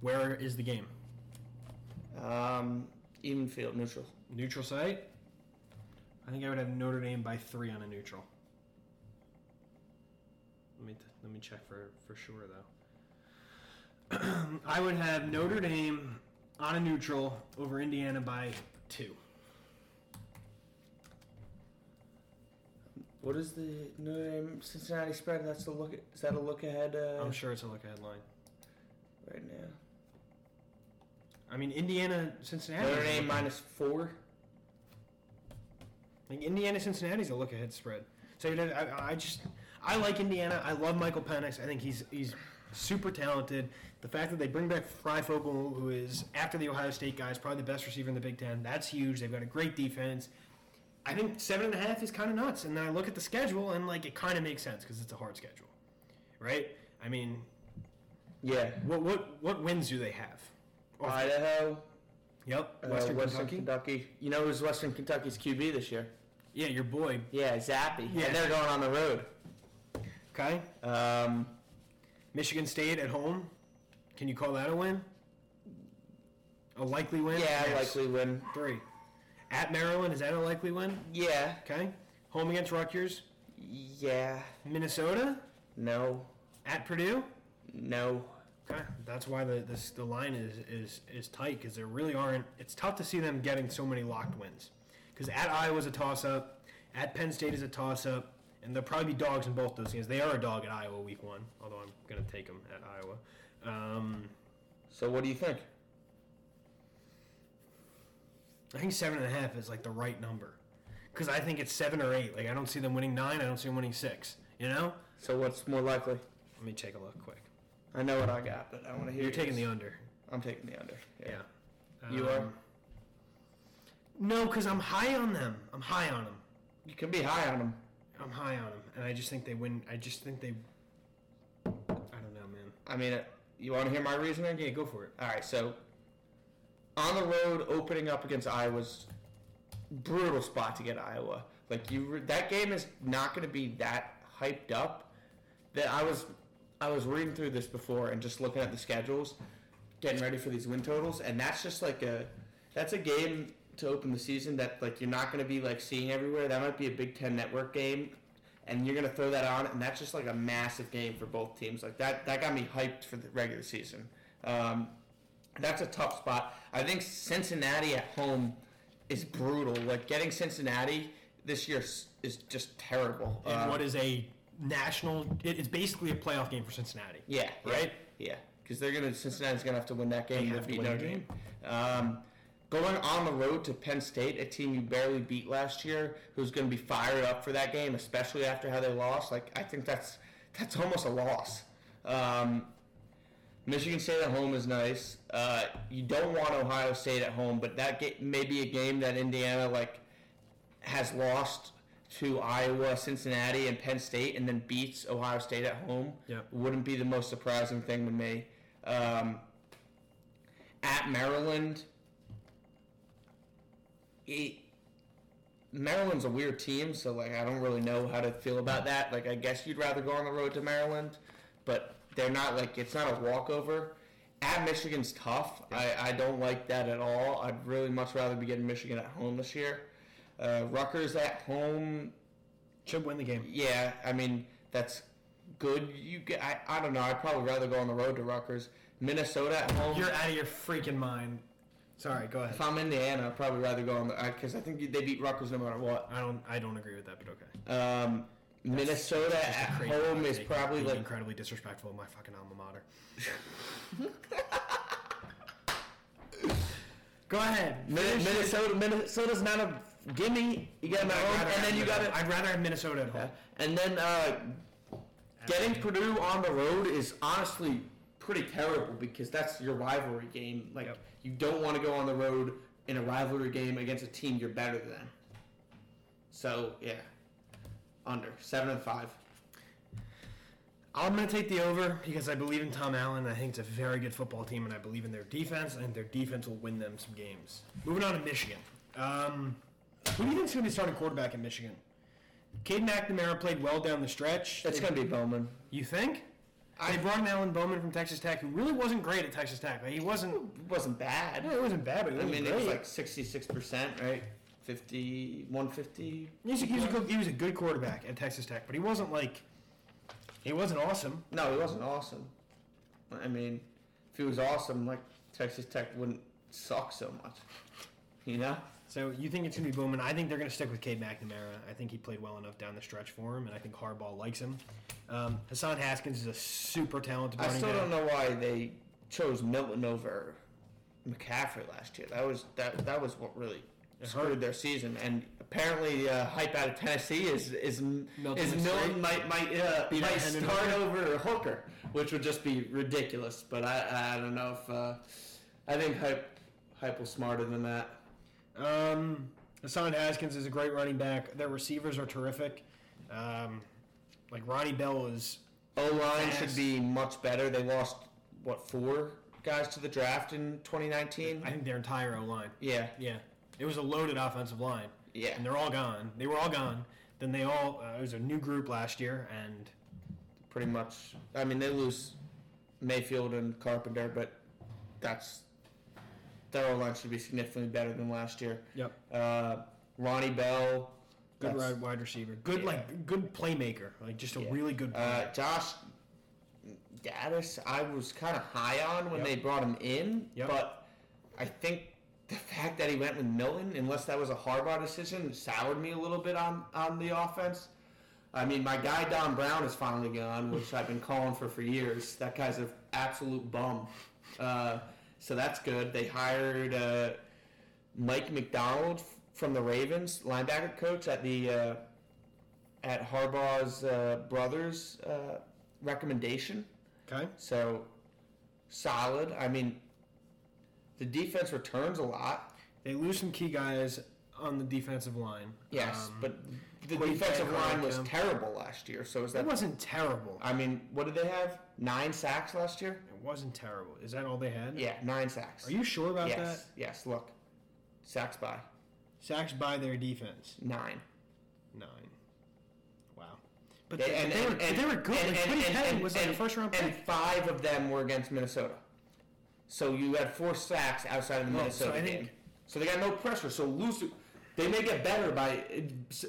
Speaker 1: where is the game?
Speaker 2: Um, even field, neutral.
Speaker 1: Neutral site. I think I would have Notre Dame by three on a neutral. Let me t- let me check for for sure though. I would have Notre Dame on a neutral over Indiana by two.
Speaker 2: What is the Notre Dame Cincinnati spread? That's a look. Is that a look ahead? Uh,
Speaker 1: I'm sure it's a look ahead line.
Speaker 2: right now.
Speaker 1: I mean Indiana Cincinnati.
Speaker 2: Notre Dame minus four.
Speaker 1: Like Indiana Cincinnati's a look ahead spread. So you know, I, I just I like Indiana. I love Michael Penix. I think he's he's super talented. The fact that they bring back Freifogel, who is after the Ohio State guy, is probably the best receiver in the Big Ten. That's huge. They've got a great defense. I think seven and a half is kind of nuts. And then I look at the schedule and like it kind of makes sense because it's a hard schedule, right? I mean,
Speaker 2: Yeah.
Speaker 1: what what what wins do they have?
Speaker 2: Idaho,
Speaker 1: Yep,
Speaker 2: uh,
Speaker 1: Western, Kentucky.
Speaker 2: You know who's Western Kentucky's QB this year?
Speaker 1: Yeah, your boy.
Speaker 2: Yeah, Zappy.
Speaker 1: Yeah.
Speaker 2: And they're going on the road.
Speaker 1: Okay,
Speaker 2: Um,
Speaker 1: Michigan State at home. Can you call that a win? A likely win?
Speaker 2: yeah,
Speaker 1: Yes.
Speaker 2: likely win.
Speaker 1: Three. At Maryland, is that a likely win?
Speaker 2: Yeah.
Speaker 1: Okay. Home against Rutgers.
Speaker 2: Yeah.
Speaker 1: Minnesota?
Speaker 2: No.
Speaker 1: At Purdue?
Speaker 2: No.
Speaker 1: Okay. That's why the this, the line is, is, is tight because there really aren't. It's tough to see them getting so many locked wins. Because at Iowa's a toss up. At Penn State is a toss up. and there'll probably be dogs in both those games. They are a dog at Iowa week one, although I'm going to take them at Iowa. Um,
Speaker 2: So what do you think?
Speaker 1: I think seven and a half is like the right number because I think it's seven or eight. Like I don't see them winning nine. I don't see them winning six. You know?
Speaker 2: So what's more likely?
Speaker 1: Let me take a look quick.
Speaker 2: I know what I got, but I want to hear.
Speaker 1: You're taking the under.
Speaker 2: I'm taking the under. Yeah.
Speaker 1: Yeah. Um,
Speaker 2: You are?
Speaker 1: No, because I'm high on them. I'm high on them.
Speaker 2: You can be high on them.
Speaker 1: I'm high on them, and I just think they win. I just think they. I don't know, man.
Speaker 2: I mean, uh, you want to hear my reasoning?
Speaker 1: Yeah, go for it.
Speaker 2: All right, so on the road, opening up against Iowa's brutal spot to get Iowa. Like you, re- that game is not going to be that hyped up. That I was, I was reading through this before and just looking at the schedules, getting ready for these win totals, and that's just like a, that's a game to open the season that like you're not going to be like seeing everywhere. That might be a Big Ten network game. And you're gonna throw that on, and that's just like a massive game for both teams. Like that, that got me hyped for the regular season. Um, that's a tough spot. I think Cincinnati at home is brutal. Like getting Cincinnati this year s- is just terrible.
Speaker 1: And
Speaker 2: Um,
Speaker 1: what is a national? It, it's basically a playoff game for Cincinnati.
Speaker 2: yeah,
Speaker 1: right?
Speaker 2: Yeah, because they're gonna Cincinnati's gonna have to win that game.
Speaker 1: They
Speaker 2: to
Speaker 1: have to
Speaker 2: beat
Speaker 1: win
Speaker 2: Notre
Speaker 1: the
Speaker 2: Dame. E. Um, going on the road to Penn State, a team you barely beat last year, who's gonna be fired up for that game, especially after how they lost. Like I think that's that's almost a loss. Um, Michigan State at home is nice. Uh, you don't want Ohio State at home, but that ga- may be a game that Indiana like has lost to Iowa, Cincinnati, and Penn State, and then beats Ohio State at home.
Speaker 1: Yep.
Speaker 2: Wouldn't be the most surprising thing to me. Um, at Maryland, it, Maryland's a weird team, so like I don't really know how to feel about that. Like I guess you'd rather go on the road to Maryland, but they're not like it's not a walkover. At Michigan's tough. I, I don't like that at all. I'd really much rather be getting Michigan at home this year. Uh, Rutgers at home.
Speaker 1: Should win the game.
Speaker 2: Yeah, I mean that's good. You get. I, I don't know. I'd probably rather go on the road to Rutgers. Minnesota at home.
Speaker 1: You're out of your freaking mind. Sorry, go ahead.
Speaker 2: if I'm Indiana, I'd probably rather go on the because I think they beat Rutgers no matter what.
Speaker 1: I don't. I don't agree with that, but okay.
Speaker 2: Um, Minnesota
Speaker 1: Just a
Speaker 2: at
Speaker 1: crazy
Speaker 2: home
Speaker 1: hot
Speaker 2: is
Speaker 1: take.
Speaker 2: probably
Speaker 1: Being
Speaker 2: like
Speaker 1: incredibly disrespectful of my fucking alma mater. Go ahead.
Speaker 2: Min-
Speaker 1: Finish your-
Speaker 2: Minnesota. Minnesota's not a gimme. You got them at
Speaker 1: I'd
Speaker 2: home,
Speaker 1: rather
Speaker 2: and
Speaker 1: have
Speaker 2: then you got
Speaker 1: Minnesota-
Speaker 2: to.
Speaker 1: I'd rather have Minnesota at home.
Speaker 2: And then uh, getting Purdue on the road is honestly pretty terrible because that's your rivalry game. Like
Speaker 1: Yep.
Speaker 2: you don't want to go on the road in a rivalry game against a team you're better than. So yeah, under seven and five.
Speaker 1: I'm going to take the over because I believe in Tom Allen. I think it's a very good football team, and I believe in their defense. I think their defense will win them some games. Moving on to Michigan. Um, who do you think's going to be starting quarterback in Michigan? Cade McNamara played well down the stretch.
Speaker 2: It's gonna be Bowman.
Speaker 1: You think?
Speaker 2: I-
Speaker 1: they brought in Alan Bowman from Texas Tech, who really wasn't great at Texas Tech. Like, he wasn't.
Speaker 2: It wasn't bad.
Speaker 1: It wasn't bad, but he
Speaker 2: I
Speaker 1: wasn't
Speaker 2: mean, it
Speaker 1: great.
Speaker 2: was like sixty-six percent, right? 50, 150.
Speaker 1: he's, a- he's a good, he was a good quarterback at Texas Tech, but he wasn't like. He wasn't awesome.
Speaker 2: No, he wasn't awesome. I mean, if he was awesome, like Texas Tech wouldn't suck so much. You know?
Speaker 1: So you think it's going to be Bowman? I think they're going to stick with Cade McNamara. I think he played well enough down the stretch for him, and I think Harbaugh likes him. Um, Hassan Haskins is a super talented
Speaker 2: I
Speaker 1: running
Speaker 2: still
Speaker 1: back.
Speaker 2: don't know why they chose Milton over McCaffrey last year. That was that that was what really
Speaker 1: It
Speaker 2: screwed
Speaker 1: hurt.
Speaker 2: their season. And apparently, uh, hype out of Tennessee is is
Speaker 1: Milton
Speaker 2: is
Speaker 1: was
Speaker 2: Milton might might uh,
Speaker 1: Beat
Speaker 2: might
Speaker 1: out Hendon
Speaker 2: start over Hooker, which would just be ridiculous. But I I don't know if uh, I think hype hype was smarter than that.
Speaker 1: Um, Hassan Haskins is a great running back. Their receivers are terrific. Um, like Ronnie Bell is
Speaker 2: O line
Speaker 1: Fast.
Speaker 2: should be much better. They lost what four guys to the draft in 2019.
Speaker 1: I think their entire O line.
Speaker 2: Yeah,
Speaker 1: Yeah, it was a loaded offensive line,
Speaker 2: yeah.
Speaker 1: and they're all gone. They were all gone. Then they all uh, it was a new group last year, and
Speaker 2: Pretty much. I mean, they lose Mayfield and Carpenter, but that's their O line should be significantly better than last year.
Speaker 1: yep,
Speaker 2: Uh, Ronnie Bell,
Speaker 1: good
Speaker 2: that's-
Speaker 1: wide wide receiver, good
Speaker 2: Yeah.
Speaker 1: like good playmaker, like just a
Speaker 2: Yeah.
Speaker 1: really good.
Speaker 2: Uh, Josh Gaddis, I was kind of high on when
Speaker 1: Yep.
Speaker 2: they brought him in,
Speaker 1: Yep.
Speaker 2: but I think the fact that he went with Milton, unless that was a Harbaugh decision, soured me a little bit on, on the offense. I mean, my guy Don Brown is finally gone, which I've been calling for for years. That guy's an absolute bum. Uh, so that's good. They hired uh, Mike McDonald f- from the Ravens, linebacker coach at the uh, at Harbaugh's uh, brother's uh, recommendation.
Speaker 1: Okay.
Speaker 2: So solid. I mean, the defense returns a lot.
Speaker 1: They lose some key guys on the defensive line.
Speaker 2: Yes,
Speaker 1: Um,
Speaker 2: but the
Speaker 1: Quinn
Speaker 2: defensive
Speaker 1: Ewers,
Speaker 2: line was
Speaker 1: yeah.
Speaker 2: terrible last year. So is
Speaker 1: it
Speaker 2: that?
Speaker 1: wasn't terrible.
Speaker 2: I mean, what did they have? Nine sacks last year.
Speaker 1: It wasn't terrible. Is that all they had?
Speaker 2: Yeah, nine sacks.
Speaker 1: Are you sure about
Speaker 2: yes,
Speaker 1: that?
Speaker 2: yes. Look, sacks by
Speaker 1: Sacks by their defense.
Speaker 2: nine.
Speaker 1: Nine. Wow. But
Speaker 2: They-
Speaker 1: they,
Speaker 2: and-
Speaker 1: they were,
Speaker 2: and- and-
Speaker 5: they were good.
Speaker 2: and-
Speaker 5: Like,
Speaker 2: and-
Speaker 5: Quinn
Speaker 2: and-
Speaker 5: Ewers
Speaker 2: and-
Speaker 5: was like a
Speaker 2: and-
Speaker 5: first-round
Speaker 2: and
Speaker 5: pick.
Speaker 2: five of them were against Minnesota. So you had four sacks outside of the
Speaker 1: Oh,
Speaker 2: Minnesota
Speaker 1: so I
Speaker 2: game.
Speaker 1: think-
Speaker 2: so they got no pressure. So lose. They may get better by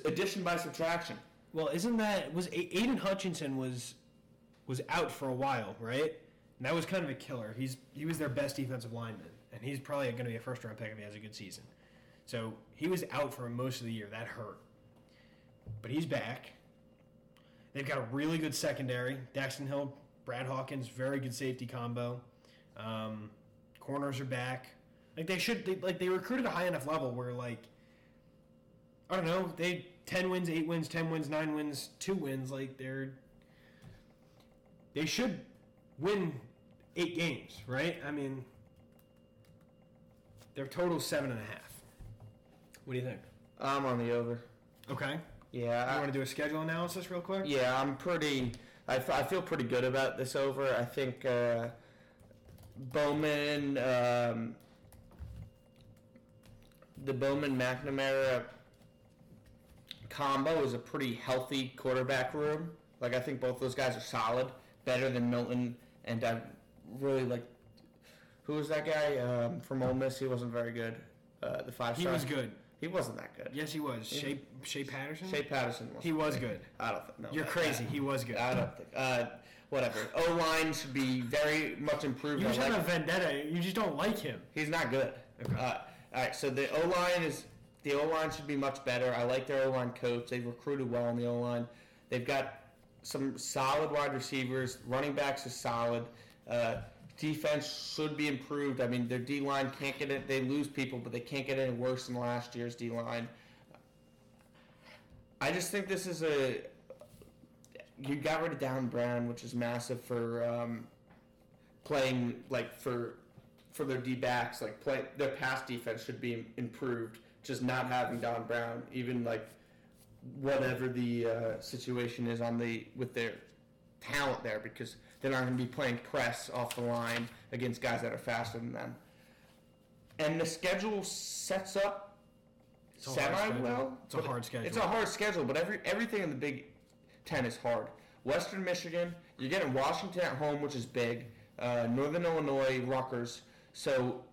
Speaker 2: addition by subtraction.
Speaker 5: Well, isn't that was A- Aiden Hutchinson was
Speaker 1: was out for a while, right? And that was kind of a killer. He's he was their best defensive lineman, and he's probably going to be a first round pick if he has a good season. So he was out for most of the year. That hurt. But he's back. They've got a really good secondary. Daxton Hill, Brad Hawkins, very good safety combo. Um, corners are back. Like they should. They, like they recruited a high enough level where like I don't know. They ten wins, eight wins, ten wins, nine wins, two wins. Like they're they should win eight games, right? I mean, their total seven and a half. What do you think?
Speaker 2: I'm on the over.
Speaker 1: Okay, Uh,
Speaker 2: Yeah,
Speaker 1: I
Speaker 2: I-
Speaker 1: want to do a schedule analysis real quick.
Speaker 2: Yeah, I'm pretty. I, f- I feel pretty good about this over. I think uh, Bowman, um, the Bowman McNamara combo is a pretty healthy quarterback room. Like I think both those guys are solid, better than Milton, and I really like. Who was that guy um, from Ole Miss? He wasn't very good. Uh, the five
Speaker 1: He
Speaker 2: star.
Speaker 1: was good.
Speaker 2: He wasn't that good.
Speaker 1: Yes, he was. Shea, Shea Patterson.
Speaker 2: Shea Patterson was.
Speaker 1: He was good.
Speaker 2: I don't think. No,
Speaker 1: You're
Speaker 2: that-
Speaker 1: crazy. He was good.
Speaker 2: I don't think. Uh, whatever. O line should be very much improved.
Speaker 1: You
Speaker 2: I
Speaker 1: just have
Speaker 2: like-
Speaker 1: a vendetta. You just don't like him.
Speaker 2: he's not good.
Speaker 1: Okay.
Speaker 2: Uh, all right. So the O line is the O line should be much better. I like their O line coach. They've recruited well on the O line. They've got some solid wide receivers. Running backs is solid. Uh, defense should be improved. I mean, their D line can't get it. They lose people, but they can't get any worse than last year's D line. I just think this is a. You got rid of Down Brown, which is massive for um, playing like for for their D backs. Like play their pass defense should be improved. Just not having Don Brown, even like whatever the uh, situation is on the with their talent there, because they're not going to be playing press off the line against guys that are faster than them. And the schedule sets up
Speaker 1: a hard
Speaker 2: semi well.
Speaker 1: schedule. It's a
Speaker 2: but
Speaker 1: hard
Speaker 2: it- It's
Speaker 1: schedule.
Speaker 2: a hard schedule, but every everything in the Big Ten is hard. Western Michigan, you're getting Washington at home, which is big. Uh, Northern Illinois, Rutgers. So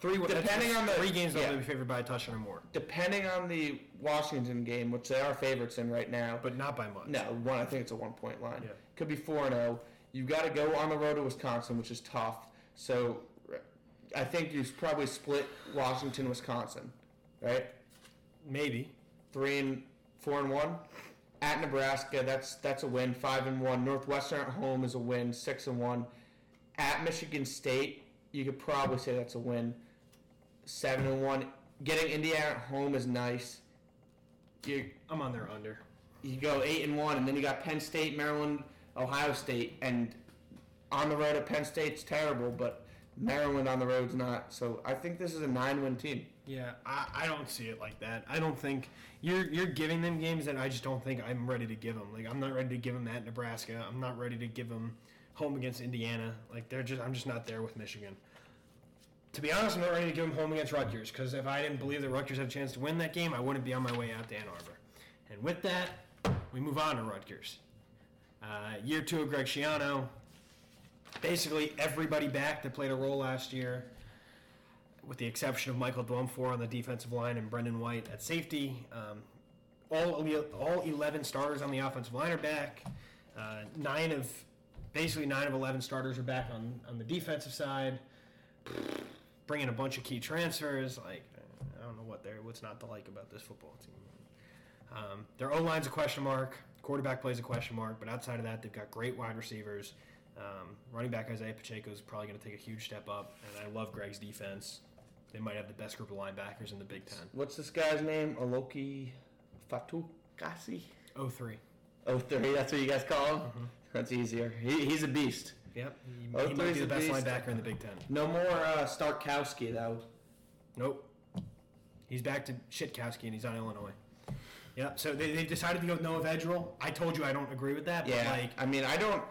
Speaker 1: Three.
Speaker 2: Depending on the-
Speaker 1: three games,
Speaker 2: yeah.
Speaker 1: they'll be favored by a touchdown or more,
Speaker 2: depending on the Washington game, which they are favorites in right now,
Speaker 1: but not by much.
Speaker 2: No, one. I think it's a one point line.
Speaker 1: Yeah.
Speaker 2: Could be four and zero. You got to go on the road to Wisconsin, which is tough. So, I think you probably split Washington, Wisconsin, right?
Speaker 1: Maybe.
Speaker 2: Three and four and one. At Nebraska, that's that's a win. Five and one. Northwestern at home is a win. Six and one. At Michigan State, you could probably say that's a win. Seven and one. Getting Indiana at home is nice. You
Speaker 1: I'm on their under.
Speaker 2: you go eight and one, and then you got Penn State, Maryland, Ohio State, and on the road at Penn State's terrible, but Maryland on the road's not. So I think this is a nine-win team.
Speaker 1: Yeah, I, I don't see it like that. I don't think you're you're giving them games that I just don't think I'm ready to give them. Like I'm not ready to give them at Nebraska. I'm not ready to give them home against Indiana. Like they're just I'm just not there with Michigan. To be honest, I'm not ready to give them home against Rutgers because if I didn't believe that Rutgers had a chance to win that game, I wouldn't be on my way out to Ann Arbor. And with that, we move on to Rutgers. Uh, year two of Greg Schiano. Basically, everybody back that played a role last year with the exception of Michael Dwumfor on the defensive line and Brendan White at safety. Um, all ele- all eleven starters on the offensive line are back. Uh, nine of basically nine of eleven starters are back on on the defensive side. Bringing a bunch of key transfers, like I don't know what they're what's not to like about this football team. Um, their O line's a question mark. Quarterback plays a question mark, but outside of that, they've got great wide receivers. Um, running back Isaiah Pacheco is probably going to take a huge step up, and I love Greg's defense. They might have the best group of linebackers in the Big Ten.
Speaker 2: What's this guy's name? Aloki Fatukasi?
Speaker 1: Oh three.
Speaker 2: Oh, three. That's what you guys call him?
Speaker 1: Mm-hmm.
Speaker 2: That's easier. He, he's a beast.
Speaker 1: Yep. He, he
Speaker 2: Oh,
Speaker 1: might
Speaker 2: three's
Speaker 1: be the
Speaker 2: a
Speaker 1: best
Speaker 2: beast.
Speaker 1: linebacker in the Big Ten.
Speaker 2: No more uh, Starkowski, though.
Speaker 1: Nope. He's back to Shitkowski, and he's on Illinois. Yep. So they, they decided to go with Noah Vedral. I told you I don't agree with that,
Speaker 2: Yeah.
Speaker 1: but like
Speaker 2: I mean, I don't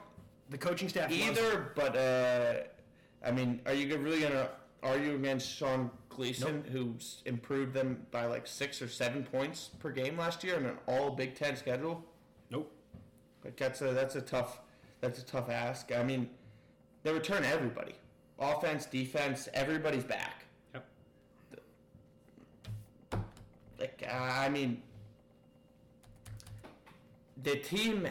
Speaker 1: the coaching staff loves
Speaker 2: either, but uh, I mean, are you really going to argue against Sean Gleason, who's improved them by like six or seven points per game last year in an all Big Ten schedule?
Speaker 1: Nope.
Speaker 2: Like that's a that's a tough that's a tough ask. I mean, they return everybody, offense, defense, everybody's back.
Speaker 1: Yep.
Speaker 2: Like uh, I mean, the team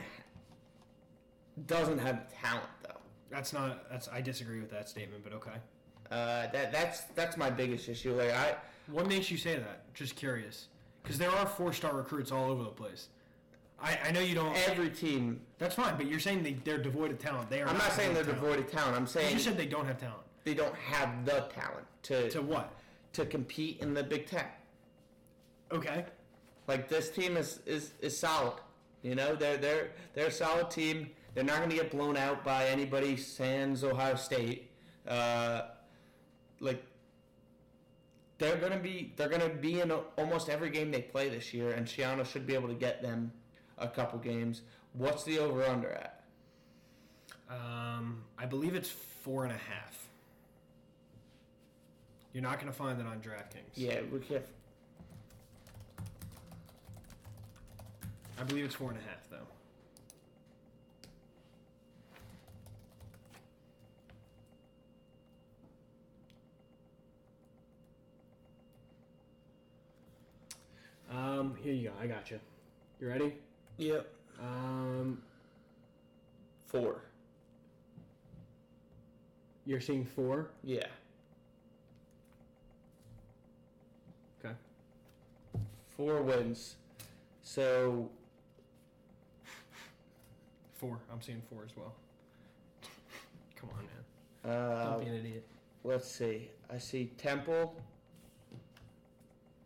Speaker 2: doesn't have talent though.
Speaker 1: That's not. That's I disagree with that statement, but okay.
Speaker 2: Uh, that that's that's my biggest issue. Like I
Speaker 1: What makes you say that? Just curious, because there are four-star recruits all over the place. I, I know you don't.
Speaker 2: every team.
Speaker 1: That's fine, but you're saying they, they're devoid of talent. They are.
Speaker 2: I'm not saying they're
Speaker 1: of talent.
Speaker 2: devoid of talent. I'm
Speaker 1: You
Speaker 2: saying
Speaker 1: just said they don't have talent.
Speaker 2: they don't have the talent to
Speaker 1: To
Speaker 2: to,
Speaker 1: what?
Speaker 2: to compete in the Big Ten.
Speaker 1: Okay.
Speaker 2: Like this team is is, is solid. You know, they're they're they're a solid team. They're not going to get blown out by anybody. Sans Ohio State. Uh, like they're going to be they're going to be in almost every game they play this year, and Shiano should be able to get them a couple games. What's the over under at?
Speaker 1: Um, I believe it's four and a half. You're not going to find that on DraftKings.
Speaker 2: Yeah, we can't.
Speaker 1: I believe it's four and a half, though. Um, here you go. I got you. You ready?
Speaker 2: Yep.
Speaker 1: Um,
Speaker 2: Four.
Speaker 1: you're seeing four.
Speaker 2: Yeah.
Speaker 1: Okay.
Speaker 2: Four wins. So
Speaker 1: Four. I'm seeing four as well. Come on, man.
Speaker 2: uh,
Speaker 1: Don't be an idiot.
Speaker 2: let's see. I see Temple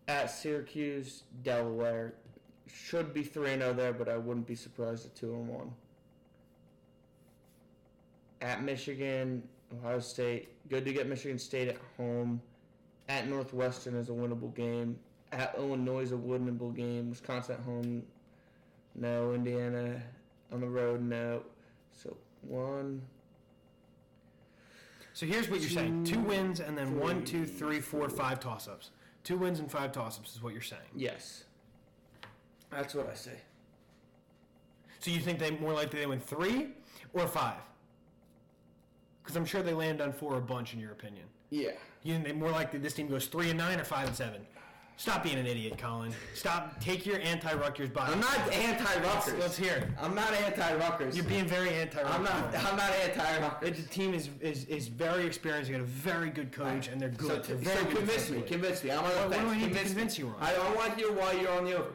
Speaker 2: at Syracuse, Delaware. Should be three and zero there, but I wouldn't be surprised at two and one. At Michigan, Ohio State. Good to get Michigan State at home. At Northwestern is a winnable game. At Illinois is a winnable game. Wisconsin at home, no. Indiana on the road, no. So one,
Speaker 1: So here's what you're saying: two wins and then one, two, three, four, five toss-ups. Two wins and five toss-ups is what you're saying.
Speaker 2: Yes. That's what I say.
Speaker 1: So you think they more likely they win three or five? Because I'm sure they land on four a bunch in your opinion.
Speaker 2: Yeah.
Speaker 1: You think they more likely this team goes three and nine or five and seven? Stop being an idiot, Colin. Stop. Take your anti-Rutgers bias.
Speaker 2: I'm not anti Rutgers.
Speaker 1: Let's hear it.
Speaker 2: I'm not anti Rutgers.
Speaker 1: You're being very anti-Rutgers.
Speaker 2: I'm not I'm not anti
Speaker 1: The
Speaker 2: Rutgers.
Speaker 1: team is, is, is very experienced. They got a very good coach, and they're good.
Speaker 2: So,
Speaker 1: they're
Speaker 2: so
Speaker 1: very good
Speaker 2: convince me,
Speaker 1: defensively.
Speaker 2: convince me. I'm on the
Speaker 1: What- what
Speaker 2: fence.
Speaker 1: do I need to
Speaker 2: convince me.
Speaker 1: convince you on?
Speaker 2: I don't want to hear why you're on the over.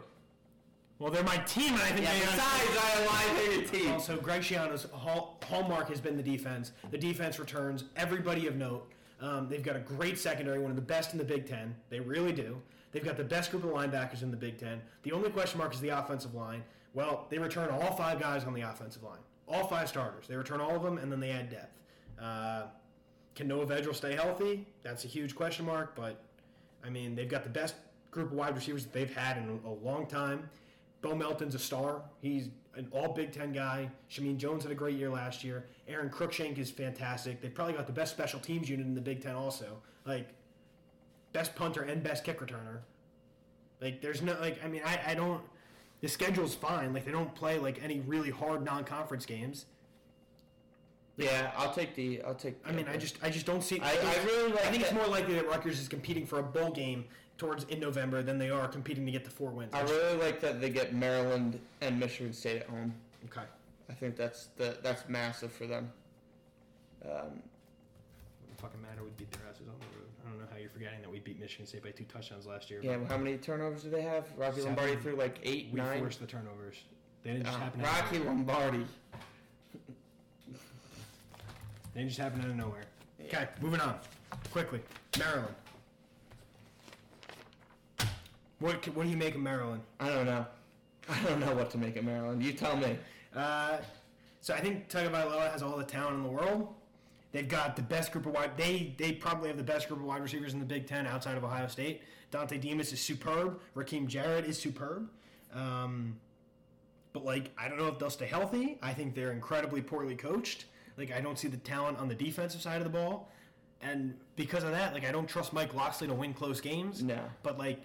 Speaker 1: well, they're my team, and I think
Speaker 2: Yeah,
Speaker 1: they
Speaker 2: besides, I align with your team.
Speaker 1: Also, Greg Schiano's hall- hallmark has been the defense. The defense returns everybody of note. Um, they've got a great secondary, one of the best in the Big Ten. They really do. They've got the best group of linebackers in the Big Ten. The only question mark is the offensive line. Well, they return all five guys on the offensive line, all five starters. They return all of them, and then they add depth. Uh, can Noah Vedral stay healthy? That's a huge question mark, but I mean, they've got the best group of wide receivers that they've had in a long time. Bo Melton's a star. He's an all Big Ten guy. Shameen Jones had a great year last year. Aaron Cruikshank is fantastic. They probably got the best special teams unit in the Big Ten, also. Like, best punter and best kick returner. Like, there's no, like, I mean, I, I don't, the schedule's fine. Like, they don't play, like, any really hard non conference games.
Speaker 2: Yeah, I'll take the I'll take
Speaker 1: I mean, I just, I just don't see.
Speaker 2: I- I really like
Speaker 1: I think it's
Speaker 2: that-
Speaker 1: more likely that Rutgers is competing for a bowl game towards in November than they are competing to get the four wins.
Speaker 2: I really like that they get Maryland and Michigan State at home.
Speaker 1: okay.
Speaker 2: I think that's the that's massive for them. Um,
Speaker 1: fucking matter. We beat their asses on the road. I don't know how you're forgetting that we beat Michigan State by two touchdowns last year.
Speaker 2: Yeah, well, how many turnovers do they have? Rocky
Speaker 1: Seven.
Speaker 2: Lombardi threw like eight,
Speaker 1: but we
Speaker 2: nine.
Speaker 1: forced the turnovers. They didn't just
Speaker 2: Uh,
Speaker 1: happen. Out of
Speaker 2: Rocky
Speaker 1: nowhere.
Speaker 2: Lombardi.
Speaker 1: They just happened out of nowhere. Okay, moving on quickly. Maryland. What c- what do you make of Maryland?
Speaker 2: I don't know. I don't know what to make of Maryland. You tell me.
Speaker 1: Uh, so I think Tagovailoa has all the talent in the world. They've got the best group of wide. They they probably have the best group of wide receivers in the Big Ten outside of Ohio State. Dante Dimas is superb. Raheem Jarrett is superb. Um, but like I don't know if they'll stay healthy. I think they're incredibly poorly coached. Like I don't see the talent on the defensive side of the ball, and because of that, like I don't trust Mike Loxley to win close games.
Speaker 2: No.
Speaker 1: But like,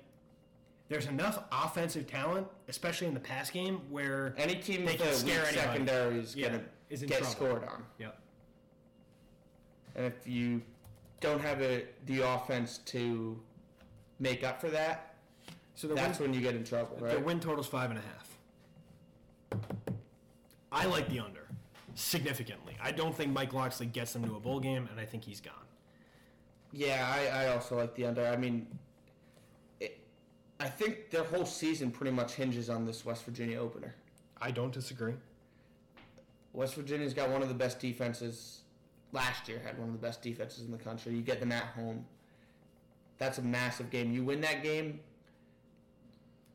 Speaker 1: there's enough offensive talent, especially in the pass game, where
Speaker 2: Any team
Speaker 1: They
Speaker 2: with
Speaker 1: can
Speaker 2: a
Speaker 1: scare
Speaker 2: weak
Speaker 1: anybody.
Speaker 2: secondary is
Speaker 1: Yeah,
Speaker 2: gonna
Speaker 1: is in
Speaker 2: get
Speaker 1: trouble.
Speaker 2: scored on.
Speaker 1: Yep.
Speaker 2: And if you don't have a, the offense to make up for that,
Speaker 1: So the
Speaker 2: that's
Speaker 1: win,
Speaker 2: when you get in trouble,
Speaker 1: their
Speaker 2: right?
Speaker 1: win total's five and a half. I like the under significantly. I don't think Mike Loxley gets them to a bowl game, and I think he's gone.
Speaker 2: Yeah, I, I also like the under. I mean, it, I think their whole season pretty much hinges on this West Virginia opener.
Speaker 1: I don't disagree.
Speaker 2: West Virginia's got one of the best defenses. Last year had one of the best defenses in the country. You get them at home. That's a massive game. You win that game,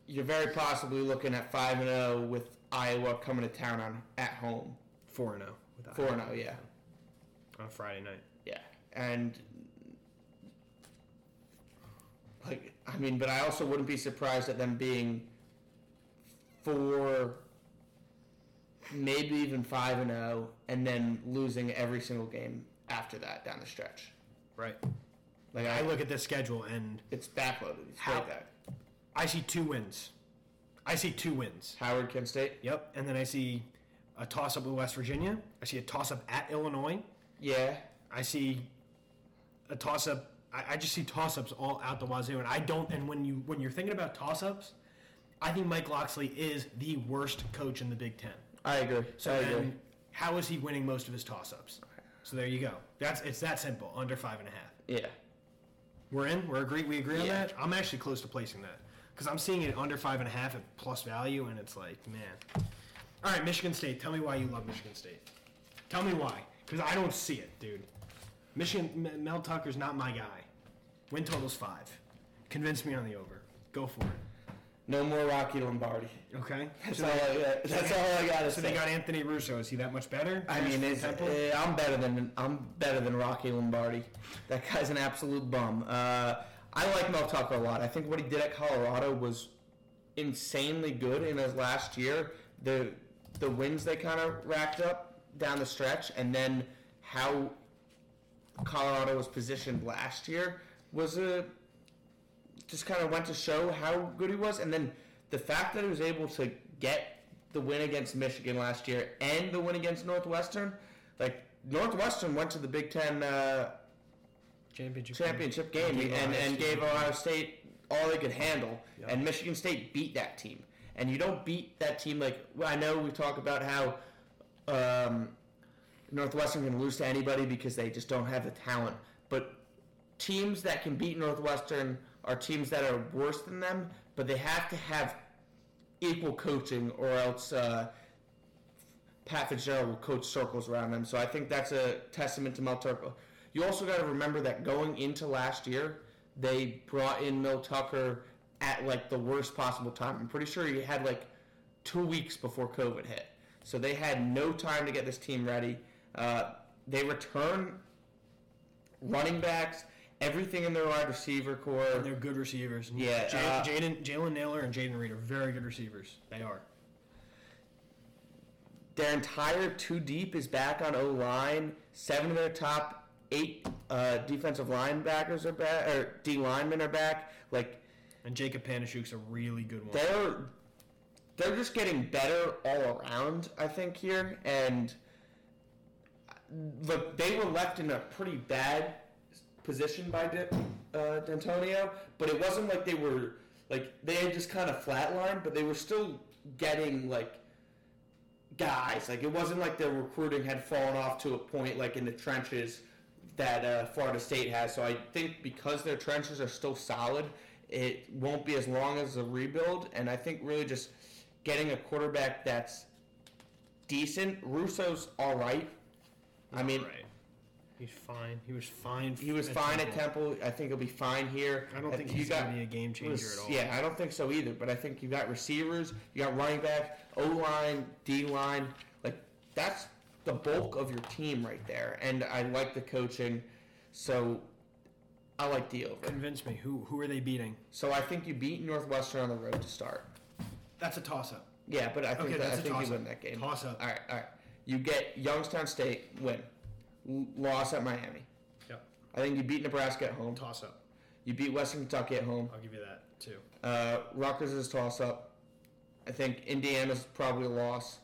Speaker 2: you're very possibly looking at five and zero with Iowa coming to town on at home.
Speaker 1: Four and zero with
Speaker 2: Four and oh. zero, yeah,
Speaker 1: on Friday night.
Speaker 2: yeah, and like I mean, but I also wouldn't be surprised at them being four, maybe even five and zero, and then losing every single game after that down the stretch.
Speaker 1: Right.
Speaker 2: Like
Speaker 1: I
Speaker 2: I look,
Speaker 1: look at this schedule and
Speaker 2: it's backloaded. It's
Speaker 1: How-
Speaker 2: way back.
Speaker 1: I see two wins. I see two wins.
Speaker 2: Howard, Kent State.
Speaker 1: Yep. And then I see a toss up with West Virginia. I see a toss up at Illinois.
Speaker 2: Yeah,
Speaker 1: I see a toss up. I, I just see toss ups all out the wazoo, and I don't. And when you when you're thinking about toss ups, I think Mike Loxley is the worst coach in the Big Ten.
Speaker 2: I agree.
Speaker 1: So
Speaker 2: I agree.
Speaker 1: then, how is he winning most of his toss ups? So there you go. That's it's that simple. Under five and a half.
Speaker 2: Yeah,
Speaker 1: We're in. We're agree. We agree on
Speaker 2: Yeah.
Speaker 1: that. I'm actually close to placing that because I'm seeing it under five and a half at plus value, and it's like, man. All right, Michigan State. Tell me why you love Michigan State. Tell me why, because I don't see it, dude. Michigan M- Mel Tucker's not my guy. Win totals five. Convince me on the over. Go for it.
Speaker 2: no more Rocky Lombardi.
Speaker 1: Okay.
Speaker 2: That's all. I got. That's all I got to
Speaker 1: So
Speaker 2: say.
Speaker 1: they got Anthony Russo. Is he that much better?
Speaker 2: I mean, it's, eh, I'm better than I'm better than Rocky Lombardi. That guy's an absolute bum. Uh, I like Mel Tucker a lot. I think what he did at Colorado was insanely good in his last year. The the wins they kind of racked up down the stretch, and then how Colorado was positioned last year was a just kind of went to show how good he was, and then the fact that he was able to get the win against Michigan last year and the win against Northwestern, like Northwestern went to the Big Ten uh,
Speaker 1: championship.
Speaker 2: championship game
Speaker 1: Gave
Speaker 2: and,
Speaker 1: Ohio
Speaker 2: and
Speaker 1: State-
Speaker 2: gave Ohio State all they could handle,
Speaker 1: Yep.
Speaker 2: and Michigan State beat that team. And you don't beat that team like I know we talk about how um, Northwestern can lose to anybody because they just don't have the talent, but teams that can beat Northwestern are teams that are worse than them, but they have to have equal coaching, or else uh, Pat Fitzgerald will coach circles around them. So I think that's a testament to Mel Tucker. You also got to remember that going into last year, they brought in Mel Tucker at like the worst possible time. I'm pretty sure he had like two weeks before COVID hit, so they had no time to get this team ready. Uh, they return running backs, everything in their wide receiver core.
Speaker 1: They're good receivers.
Speaker 2: Yeah,
Speaker 1: Ja-
Speaker 2: uh,
Speaker 1: Jaden, Jalen Naylor, and Jaden Reed are very good receivers. They are.
Speaker 2: Their entire two deep is back on O line. Seven of their top eight uh, defensive linebackers are back, or D linemen are back. Like
Speaker 1: And Jacob Panashuk's a really good one.
Speaker 2: they're they're just getting better all around. I think here and look, they were left in a pretty bad position by Di- uh, D'Antonio, but it wasn't like they were like they had just kind of flatlined, but they were still getting like guys. Like it wasn't like their recruiting had fallen off to a point like in the trenches that uh, Florida State has. So I think because their trenches are still solid, it won't be as long as a rebuild. And I think really just getting a quarterback that's decent. Russo's all right. I mean,
Speaker 1: Right. He's fine. He was fine.
Speaker 2: he was fine at Temple. I think he'll be fine here.
Speaker 1: I don't think
Speaker 2: you
Speaker 1: he's
Speaker 2: got
Speaker 1: gonna be a game changer at all.
Speaker 2: yeah, I don't think so either. But I think you got receivers, you got running back, O line, D line. Like that's the bulk of your team right there. And I like the coaching, so I like the over.
Speaker 1: Convince me. Who who are they beating?
Speaker 2: So I think you beat Northwestern on the road to start.
Speaker 1: That's a toss up.
Speaker 2: Yeah, but I think
Speaker 1: Okay,
Speaker 2: that, I
Speaker 1: that's a
Speaker 2: think you
Speaker 1: toss-up.
Speaker 2: win that game.
Speaker 1: Toss up.
Speaker 2: All right, all right. You get Youngstown State win, L- loss at Miami.
Speaker 1: Yep.
Speaker 2: I think you beat Nebraska at home.
Speaker 1: Toss up.
Speaker 2: You beat Western Kentucky at home.
Speaker 1: I'll give you that too.
Speaker 2: Uh, Rutgers is toss up. I think Indiana's probably a loss.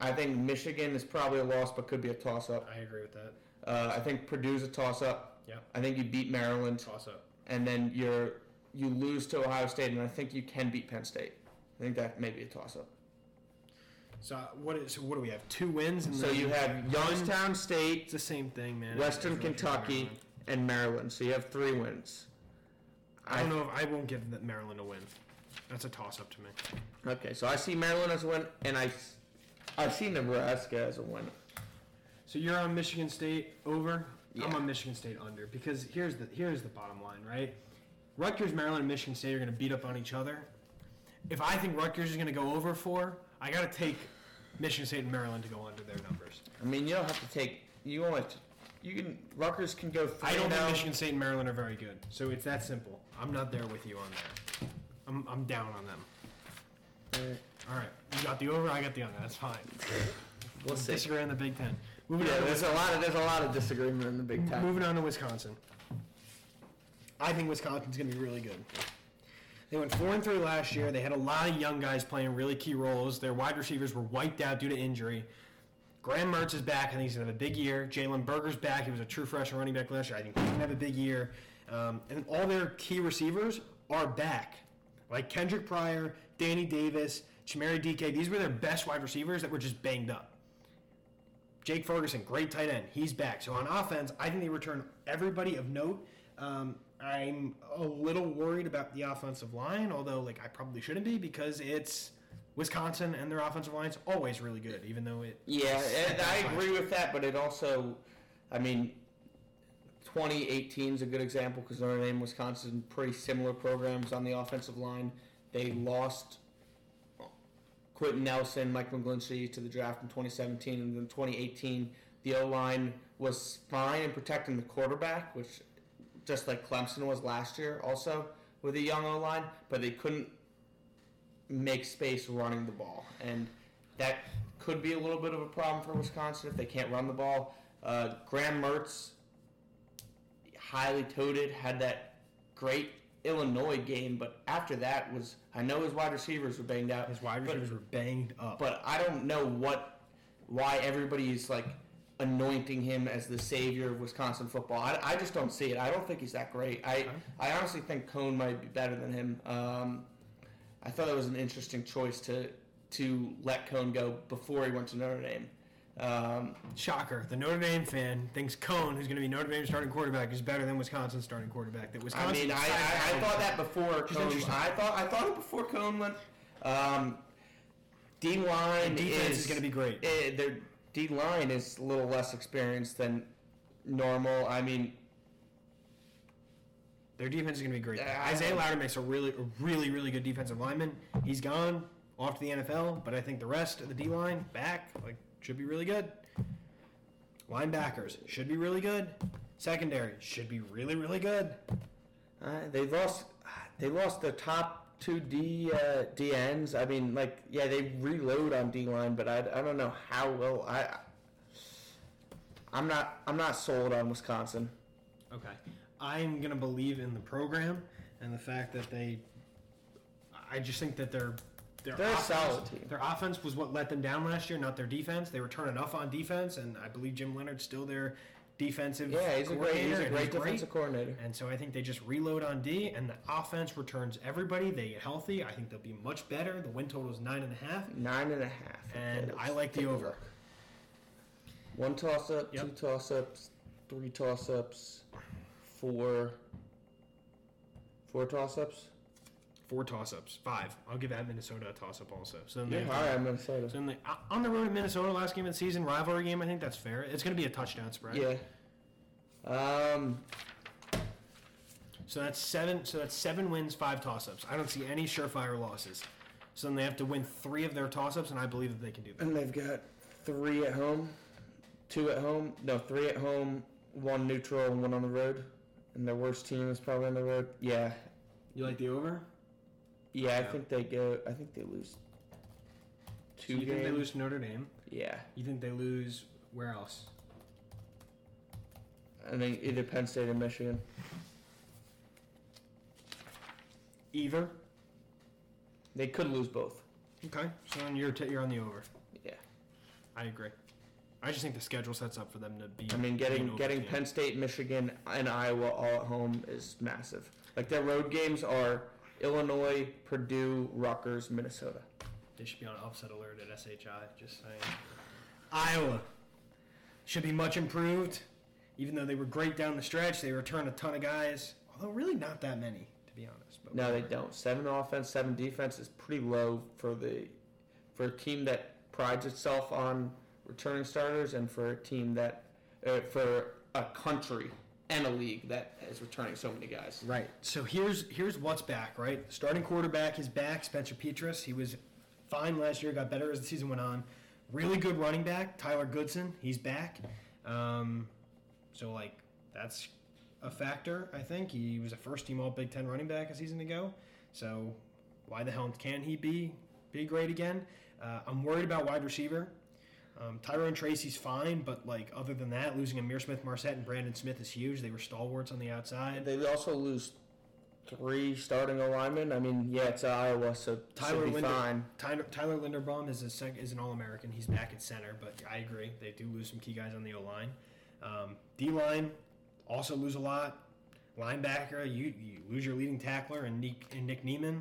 Speaker 2: I think Michigan is probably a loss, but could be a toss up.
Speaker 1: I agree with that.
Speaker 2: Uh, I think Purdue's a toss up.
Speaker 1: Yep.
Speaker 2: I think you beat Maryland,
Speaker 1: Toss up.
Speaker 2: and then you're you lose to Ohio State, and I think you can beat Penn State. I think that may be a toss up.
Speaker 1: So uh, what is? So what do we have? Two wins. And
Speaker 2: So
Speaker 1: then
Speaker 2: you have Youngstown State,
Speaker 1: It's the same thing, man.
Speaker 2: Western
Speaker 1: It's Northern
Speaker 2: Kentucky,
Speaker 1: Maryland.
Speaker 2: and Maryland. So you have three wins.
Speaker 1: I don't know. if I won't give that Maryland a win. That's a toss up to me.
Speaker 2: Okay, so I see Maryland as a win, and I s- I see Nebraska as a win.
Speaker 1: So you're on Michigan State over. I'm
Speaker 2: Yeah.
Speaker 1: on Michigan State under because here's the here's the bottom line, right? Rutgers, Maryland, and Michigan State are going to beat up on each other. If I think Rutgers is going to go over four, I got to take Michigan State and Maryland to go under their numbers.
Speaker 2: I mean, you don't have to take. You only have to. You can. Rutgers can go three
Speaker 1: I don't
Speaker 2: now.
Speaker 1: think Michigan State and Maryland are very good, so it's that simple. I'm not there with you on that. I'm, I'm down on them.
Speaker 2: Alright.
Speaker 1: All right, you got the over, I got the under. That's fine.
Speaker 2: We'll see.
Speaker 1: Disagree on the Big Ten. Moving
Speaker 2: Yeah,
Speaker 1: on to
Speaker 2: there's a lot of there's a lot of disagreement in the Big Ten.
Speaker 1: Moving on to Wisconsin. I think Wisconsin's going to be really good. They went four and three last year. They had a lot of young guys playing really key roles. Their wide receivers were wiped out due to injury. Graham Mertz is back. I think he's going to have a big year. Jalen Berger's back. He was a true freshman running back last year. I think he's going to have a big year. Um, and all their key receivers are back. Like Kendrick Pryor, Danny Davis, Chimeri DK. These were their best wide receivers that were just banged up. Jake Ferguson, great tight end. He's back. So on offense, I think they return everybody of note. Um, I'm a little worried about the offensive line, although like I probably shouldn't be because it's Wisconsin and their offensive line's always really good, even though it.
Speaker 2: Yeah, and I
Speaker 1: fine.
Speaker 2: agree with that, but it also, I mean, 2018 is a good example because Notre Dame, Wisconsin, pretty similar programs on the offensive line. They lost Quentin Nelson, Mike McGlinchey to the draft in 2017, and then 2018, the O line was fine in protecting the quarterback, which just like Clemson was last year, also with a young O line, but they couldn't make space running the ball, and that could be a little bit of a problem for Wisconsin if they can't run the ball. Uh, Graham Mertz, highly touted, had that great Illinois game, but after that was I know his wide receivers were banged out.
Speaker 1: His wide
Speaker 2: but-
Speaker 1: receivers were banged up.
Speaker 2: but I don't know what why everybody is like anointing him as the savior of Wisconsin football. I, I just don't see it. I don't think he's that great. I I honestly think Cone might be better than him. Um, I thought it was an interesting choice to to let Cone go before he went to Notre Dame. Um,
Speaker 1: Shocker. The Notre Dame fan thinks Cone, who's going to be Notre Dame's starting quarterback, is better than Wisconsin's starting quarterback. That
Speaker 2: I
Speaker 1: Wisconsin.
Speaker 2: mean, I, I, I thought that before Cone.
Speaker 1: interesting.
Speaker 2: I thought I thought it before Cone went. Um, D line
Speaker 1: The defense is gonna be great.
Speaker 2: eh, their D line is a little less experienced than normal. I mean,
Speaker 1: Their defense is going to be great.
Speaker 2: Yeah, I
Speaker 1: Isaiah
Speaker 2: don't-
Speaker 1: Louder makes a really, a really, really good defensive lineman. He's gone off to the NFL, but I think the rest of the D line back like should be really good. Linebackers should be really good. Secondary should be really, really good.
Speaker 2: Uh, they lost. They lost their top two D uh, DNs. I mean, like, yeah, they reload on D line, but I, I don't know how well. I I'm not I'm not sold on Wisconsin.
Speaker 1: Okay. I'm going to believe in the program and the fact that they. I just think that their their
Speaker 2: They're a solid team.
Speaker 1: Their offense was what let them down last year, not their defense. They were turning off on defense, and I believe Jim Leonard's still their defensive.
Speaker 2: Yeah, he's a great he's
Speaker 1: coordinator,
Speaker 2: a
Speaker 1: and
Speaker 2: great defensive coordinator.
Speaker 1: And so I think they just reload on D, and the offense returns everybody. They get healthy. I think they'll be much better. The win total is nine and a half,
Speaker 2: Nine and a half.
Speaker 1: and
Speaker 2: Okay,
Speaker 1: I
Speaker 2: let's
Speaker 1: like the
Speaker 2: take a
Speaker 1: over.
Speaker 2: look. One toss up,
Speaker 1: Yep.
Speaker 2: two toss ups, three toss ups, four, four toss ups.
Speaker 1: Four toss-ups. Five. I'll give at Minnesota a toss-up also. So then
Speaker 2: Yeah,
Speaker 1: they-
Speaker 2: all right, Minnesota.
Speaker 1: So then they, uh, on the road at Minnesota last game of the season, rivalry game. I think that's fair. It's going to be a touchdown spread.
Speaker 2: Yeah. Um,
Speaker 1: So that's seven. So that's seven wins, five toss-ups. I don't see any surefire losses. So then they have to win three of their toss-ups, and I believe that they can do that.
Speaker 2: and they've got three at home, two at home. No, three at home, one neutral, and one on the road. And their worst team is probably on the road. Yeah,
Speaker 6: You like the over?
Speaker 2: yeah. I
Speaker 1: Yeah.
Speaker 2: think they go. I think they lose
Speaker 1: so
Speaker 2: two
Speaker 1: you
Speaker 2: games.
Speaker 1: think they lose to Notre Dame?
Speaker 2: Yeah,
Speaker 1: You think they lose where else?
Speaker 2: and then either Penn State or Michigan.
Speaker 1: Either.
Speaker 2: They could lose both.
Speaker 1: Okay. So then you're t- you're on the over.
Speaker 2: Yeah.
Speaker 1: I agree. I just think the schedule sets up for them to be.
Speaker 2: I mean,
Speaker 1: be an
Speaker 2: getting
Speaker 1: over
Speaker 2: getting
Speaker 1: team.
Speaker 2: Penn State, Michigan, and Iowa all at home is massive. Like their road games are Illinois, Purdue, Rutgers, Minnesota.
Speaker 1: They should be on upset alert at SHI. Just saying. Iowa should be much improved. Even though they were great down the stretch, they return a ton of guys. Although really not that many, to be honest. But
Speaker 2: No, they don't. Seven offense, seven defense is pretty low for the for a team that prides itself on returning starters, and for a team that uh, for a country and a league that is returning so many guys.
Speaker 1: Right. So here's here's what's back. Right. Starting quarterback is back. Spencer Petras. He was fine last year. Got better as the season went on. Really good running back. Tyler Goodson. He's back. Um, so like that's a factor. I think he was a first team All Big Ten running back a season ago. So why the hell can he be be great again? Uh, I'm worried about wide receiver. Um, Tyrone Tracy's fine, but like other than that, losing Amir Smith Marset and Brandon Smith is huge. They were stalwarts on the outside.
Speaker 2: They also lose three starting alignment. I mean, yeah, it's Iowa, so
Speaker 1: Tyler
Speaker 2: should be
Speaker 1: Linder-
Speaker 2: fine.
Speaker 1: Tyler, Tyler Linderbaum is a sec, is an All American. He's back at center, but I agree they do lose some key guys on the O line. Um, D line also lose a lot. Linebacker, you, you lose your leading tackler and Nick and Nick Neiman.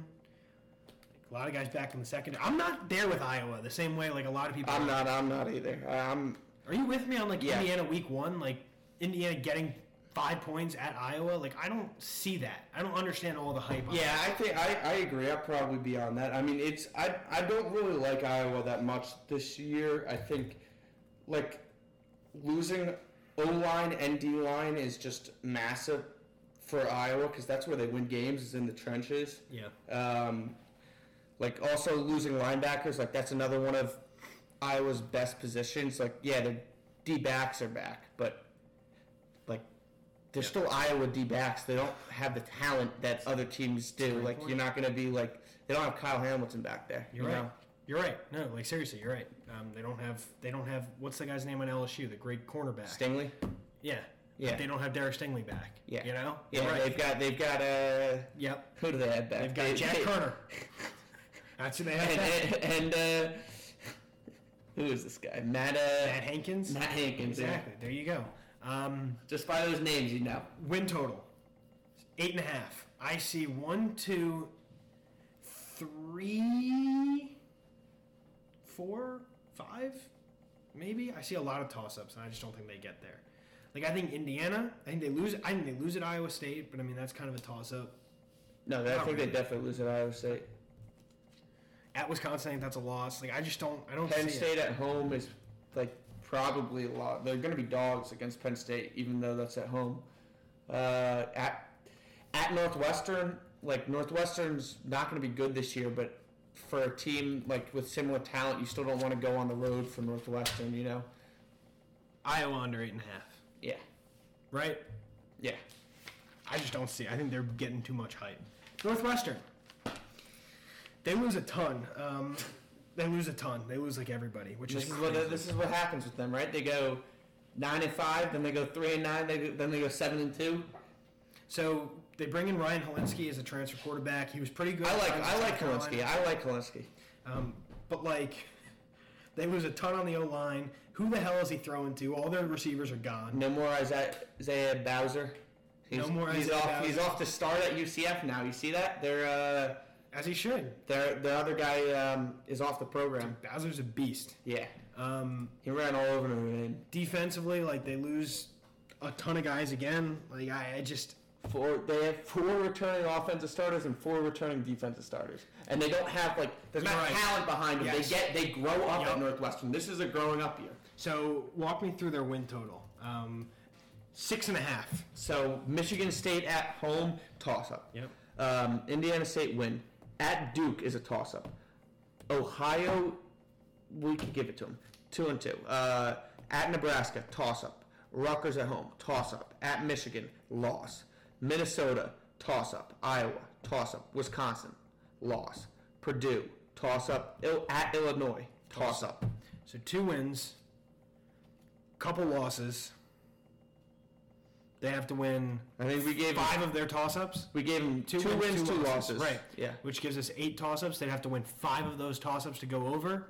Speaker 1: A lot of guys back in the second. I'm not there with Iowa the same way like a lot of people.
Speaker 2: I'm
Speaker 1: are.
Speaker 2: not. I'm not either. I'm
Speaker 1: Are you with me on like
Speaker 2: Yeah.
Speaker 1: Indiana week one, like Indiana getting five points at Iowa? Like I don't see that. I don't understand all the hype. on
Speaker 2: Yeah, I think I, I agree. I'd probably be on that. I mean, it's I I don't really like Iowa that much this year. I think like losing O line and D line is just massive for Iowa because that's where they win games is in the trenches.
Speaker 1: it. yeah.
Speaker 2: Um, like also losing linebackers, like that's another one of Iowa's best positions. Like yeah, their D backs are back, but like they're
Speaker 1: Yeah.
Speaker 2: still Iowa D backs. They don't have the talent that other teams do.
Speaker 1: great
Speaker 2: Like
Speaker 1: point.
Speaker 2: you're not gonna be like they don't have Kyle Hamilton back there.
Speaker 1: You're
Speaker 2: you
Speaker 1: right.
Speaker 2: know?
Speaker 1: You're right. No, like seriously, you're right. Um, they don't have they don't have what's the guy's name on LSU? The great cornerback.
Speaker 2: Stingley.
Speaker 1: yeah.
Speaker 2: Yeah.
Speaker 1: They don't have Derek Stingley back.
Speaker 2: Yeah.
Speaker 1: You know.
Speaker 2: Yeah,
Speaker 1: You're right.
Speaker 2: they've got they've got uh
Speaker 1: Yep.
Speaker 2: who do they have back?
Speaker 1: They've got
Speaker 2: They-
Speaker 1: Jack
Speaker 2: they-
Speaker 1: Kerner. That's who they have. back.
Speaker 2: and, and, and uh who is this guy? Matt uh
Speaker 1: Matt Hankins.
Speaker 2: Matt Hankins. yeah.
Speaker 1: exactly. There you go. Um,
Speaker 2: Just by those names, you know.
Speaker 1: win total eight and a half. I see one, two, three, four, five, maybe. I see a lot of toss-ups, and I just don't think they get there. Like I think Indiana, I think they lose. I think they lose at Iowa State, but I mean that's kind of a toss-up.
Speaker 2: No, I
Speaker 1: Not
Speaker 2: think
Speaker 1: really.
Speaker 2: they definitely lose at Iowa State.
Speaker 1: At Wisconsin, I think that's a loss. Like I just don't. I don't
Speaker 2: Penn
Speaker 1: see it.
Speaker 2: State at home is like probably a lot. They're going to be dogs against Penn State, even though that's at home. Uh, at at Northwestern, like Northwestern's not going to be good this year, but for a team like with similar talent, you still don't want to go on the road for Northwestern, you know?
Speaker 1: Iowa under eight and a half,
Speaker 2: Yeah,
Speaker 1: right?
Speaker 2: yeah.
Speaker 1: I just don't see. it. I think they're getting too much hype. Northwestern. They lose a ton. Um, they lose a ton. They lose like everybody, which
Speaker 2: This
Speaker 1: is
Speaker 2: is what
Speaker 1: crazy.
Speaker 2: this is what happens with them, right? They go nine and five, then they go three and nine, they go, then they go seven and two.
Speaker 1: So they bring in Ryan Helinski as a transfer quarterback. He was pretty good.
Speaker 2: I like
Speaker 1: at
Speaker 2: I like
Speaker 1: South
Speaker 2: Kalinsky.
Speaker 1: Carolina.
Speaker 2: I like Kalinsky.
Speaker 1: Um, but like, they lose a ton on the O line. Who the hell is he throwing to? All their receivers are gone.
Speaker 2: No more Isaiah, Isaiah Bowser. He's,
Speaker 1: No more
Speaker 2: he's
Speaker 1: Isaiah
Speaker 2: off.
Speaker 1: Bowser.
Speaker 2: He's off to start at UCF now. You see that? They're uh,
Speaker 1: As he should.
Speaker 2: they're the other guy um, is off the program.
Speaker 1: Bowser's a beast.
Speaker 2: Yeah,
Speaker 1: Um,
Speaker 2: he ran all over him.
Speaker 1: defensively, like they lose a ton of guys again. Like I, I just
Speaker 2: Four. They have four returning offensive starters and four returning defensive starters, and they don't have like there's not
Speaker 1: Right.
Speaker 2: talent behind them.
Speaker 1: Yes.
Speaker 2: They get they grow up
Speaker 1: Yup.
Speaker 2: at Northwestern. This is a growing up year.
Speaker 1: so walk me through their win total. Um, six and a half.
Speaker 2: So Michigan State at home toss up.
Speaker 1: Yep.
Speaker 2: Um, Indiana State win at Duke is a toss up. Ohio, we could give it to them. Two and two. Uh, at Nebraska, toss up. Rutgers at home, toss up. At Michigan, loss. Minnesota, toss up. Iowa, toss up. Wisconsin, loss. Purdue, toss up. Il- at Illinois, toss up.
Speaker 1: So two wins, couple losses. They have to win
Speaker 2: I think we gave 'em-
Speaker 1: five of their toss ups.
Speaker 2: we gave them two,
Speaker 1: wins,
Speaker 2: wins,
Speaker 1: two
Speaker 2: two
Speaker 1: losses.
Speaker 2: losses.
Speaker 1: Right.
Speaker 2: Yeah.
Speaker 1: Which gives us eight toss ups. They'd have to win five of those toss ups to go over.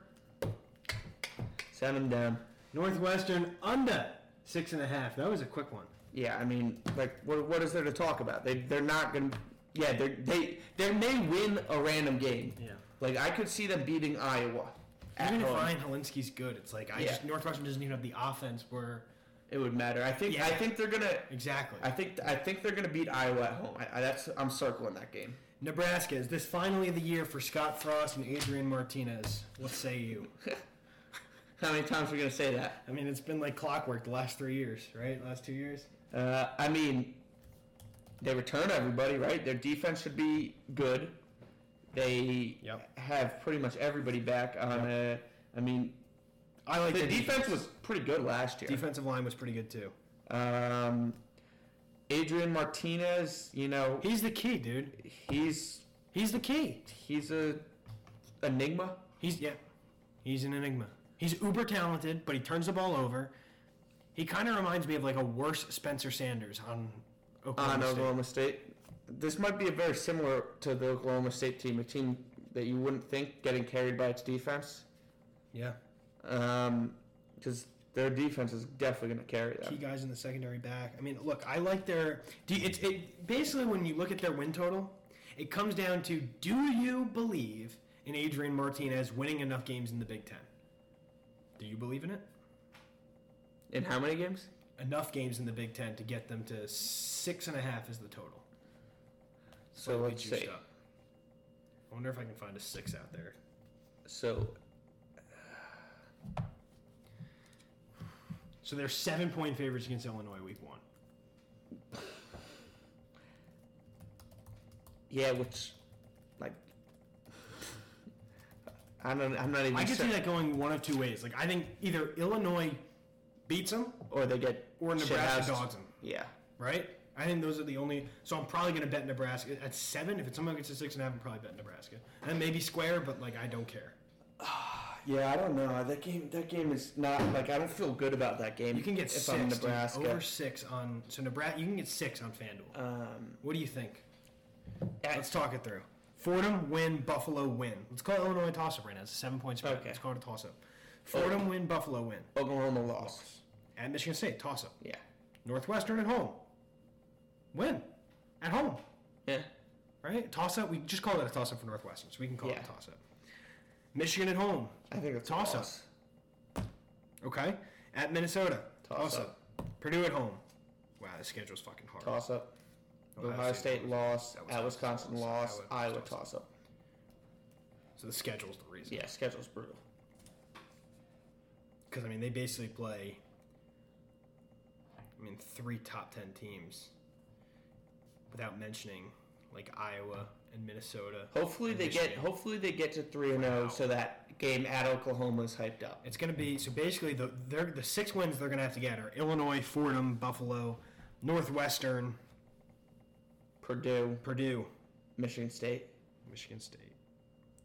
Speaker 2: Send them down.
Speaker 1: Northwestern under six and a half. That was a quick one.
Speaker 2: Yeah, I mean, like, what, what is there to talk about? They they're not gonna. Yeah, they they they may win a random game.
Speaker 1: Yeah.
Speaker 2: Like I could see them beating Iowa. At
Speaker 1: Even if
Speaker 2: home.
Speaker 1: Ryan Helinski's good, it's like I
Speaker 2: Yeah.
Speaker 1: just Northwestern doesn't even have the offense where
Speaker 2: It would matter. I think I
Speaker 1: Yeah.
Speaker 2: think they're gonna.
Speaker 1: exactly.
Speaker 2: I think I think they're gonna beat Iowa at home. I, I, that's I'm circling that game.
Speaker 1: Nebraska, is this finally the year for Scott Frost and Adrian Martinez? What say you?
Speaker 2: How many times are we gonna say that?
Speaker 1: I mean, it's been like clockwork the last three years, right? Last two years.
Speaker 2: Uh, I mean, they return everybody, right? Their defense should be good. They
Speaker 1: Yep.
Speaker 2: have pretty much everybody back. On a, I mean,
Speaker 1: I like
Speaker 2: the
Speaker 1: their
Speaker 2: defense was pretty good last year.
Speaker 1: Defensive line was pretty good too.
Speaker 2: Um, Adrian Martinez, you know,
Speaker 1: He's the key, dude.
Speaker 2: he's
Speaker 1: He's the key.
Speaker 2: he's a enigma.
Speaker 1: He's yeah. He's an enigma. He's uber talented, but he turns the ball over. He kind of reminds me of like a worse Spencer Sanders on Oklahoma
Speaker 2: on
Speaker 1: State.
Speaker 2: Oklahoma State. This might be a very similar to the Oklahoma State team, a team that you wouldn't think getting carried by its defense,
Speaker 1: Yeah.
Speaker 2: because their defense is definitely going to carry
Speaker 1: Key
Speaker 2: them.
Speaker 1: guys in the secondary back. I mean, look, I like their. Do it's it basically when you look at their win total, it comes down to do you believe in Adrian Martinez winning enough games in the Big Ten? Do you believe in it?
Speaker 2: In how many games?
Speaker 1: Enough games in the Big Ten to get them to six and a half is the total.
Speaker 2: So
Speaker 1: Slightly
Speaker 2: let's
Speaker 1: juiced
Speaker 2: see.
Speaker 1: up. I wonder if I can find a six out there.
Speaker 2: So
Speaker 1: So they're seven point favorites against Illinois week one.
Speaker 2: yeah, which like I don't. I'm not even.
Speaker 1: I could
Speaker 2: sure.
Speaker 1: see that going one of two ways. Like I think either Illinois beats them
Speaker 2: Or they get
Speaker 1: or Nebraska
Speaker 2: shithoused.
Speaker 1: dogs them.
Speaker 2: Yeah.
Speaker 1: right? I think those are the only. So I'm probably going to bet Nebraska at seven. If it's someone gets to six and a half, I'm probably bet Nebraska. And maybe square, but like I don't care.
Speaker 2: Yeah, I don't know. That game, that game is not like I don't feel good about that game.
Speaker 1: You can get
Speaker 2: if
Speaker 1: six
Speaker 2: I'm
Speaker 1: dude,
Speaker 2: Nebraska.
Speaker 1: over six on so Nebraska. You can get six on FanDuel.
Speaker 2: Um,
Speaker 1: What do you think?
Speaker 2: Yeah.
Speaker 1: Let's talk it through. Fordham win, Buffalo win. Let's call Illinois a toss up right now. It's a seven point spread.
Speaker 2: Okay.
Speaker 1: Let's call it a toss up. Fordham win, Buffalo win.
Speaker 2: Oklahoma lost.
Speaker 1: At Michigan State, toss up.
Speaker 2: Yeah,
Speaker 1: Northwestern at home, win. At home,
Speaker 2: yeah,
Speaker 1: right? Toss up. We just call it a toss up for Northwestern, so we can call it
Speaker 2: Yeah.
Speaker 1: a toss up. Michigan at home,
Speaker 2: I think it's
Speaker 1: Toss-up. Okay. At Minnesota.
Speaker 2: Toss
Speaker 1: Toss up. Purdue at home. Wow, the schedule's fucking hard.
Speaker 2: Toss up. Ohio, State, lost. At Wisconsin lost. Iowa toss up.
Speaker 1: So the schedule's the reason.
Speaker 2: Yeah, schedule's brutal.
Speaker 1: Because, I mean, they basically play, I mean, three top 10 teams without mentioning, like, Iowa and Minnesota.
Speaker 2: Hopefully
Speaker 1: and
Speaker 2: they get.
Speaker 1: Michigan.
Speaker 2: Hopefully they get to three and zero, so that game at Oklahoma is hyped up.
Speaker 1: It's going to be so basically the they're, the six wins they're going to have to get are Illinois, Fordham, Buffalo, Northwestern,
Speaker 2: Purdue,
Speaker 1: Purdue,
Speaker 2: Michigan State.
Speaker 1: Michigan State.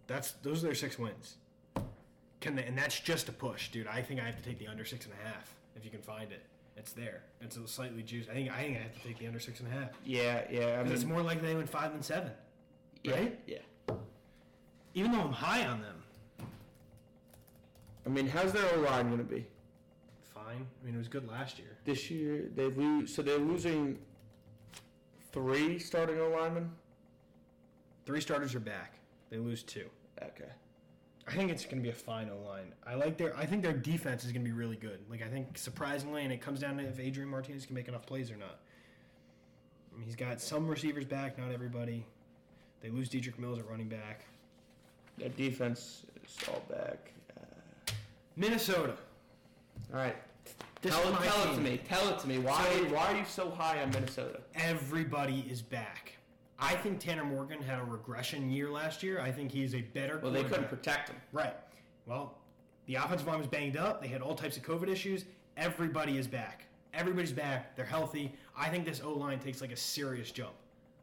Speaker 1: That's those are their six wins. Can they, and that's just a push, dude. I think I have to take the under six and a half if you can find it. It's there. It's a slightly juiced. I think I think I have to take the under six and a half.
Speaker 2: Yeah, yeah. I
Speaker 1: 'Cause it's
Speaker 2: mean,
Speaker 1: more likely they win five than seven.
Speaker 2: yeah,
Speaker 1: right?
Speaker 2: Yeah.
Speaker 1: Even though I'm high on them.
Speaker 2: I mean, how's their O line going to be?
Speaker 1: Fine. I mean it was good last year.
Speaker 2: This year they lose, so they're losing three starting O linemen.
Speaker 1: Three starters are back. They lose two.
Speaker 2: Okay.
Speaker 1: I think it's going to be a fine O line. I like their. I think their defense is going to be really good. Like I think surprisingly, and it comes down to if Adrian Martinez can make enough plays or not. I mean, he's got some receivers back, not everybody. They lose Dedrick Mills at running back.
Speaker 2: Their defense is all back. Uh,
Speaker 1: Minnesota.
Speaker 2: all right.
Speaker 1: This
Speaker 2: tell
Speaker 1: is my
Speaker 2: tell it to
Speaker 1: team.
Speaker 2: me. Tell it to me. Why, why are you so high on Minnesota?
Speaker 1: Everybody is back. I think Tanner Morgan had a regression year last year. I think he's a better.
Speaker 2: Well, they couldn't
Speaker 1: quarterback.
Speaker 2: protect him.
Speaker 1: Right. Well, the offensive line was banged up. They had all types of COVID issues. Everybody is back. Everybody's back. They're healthy. I think this O line takes like a serious jump.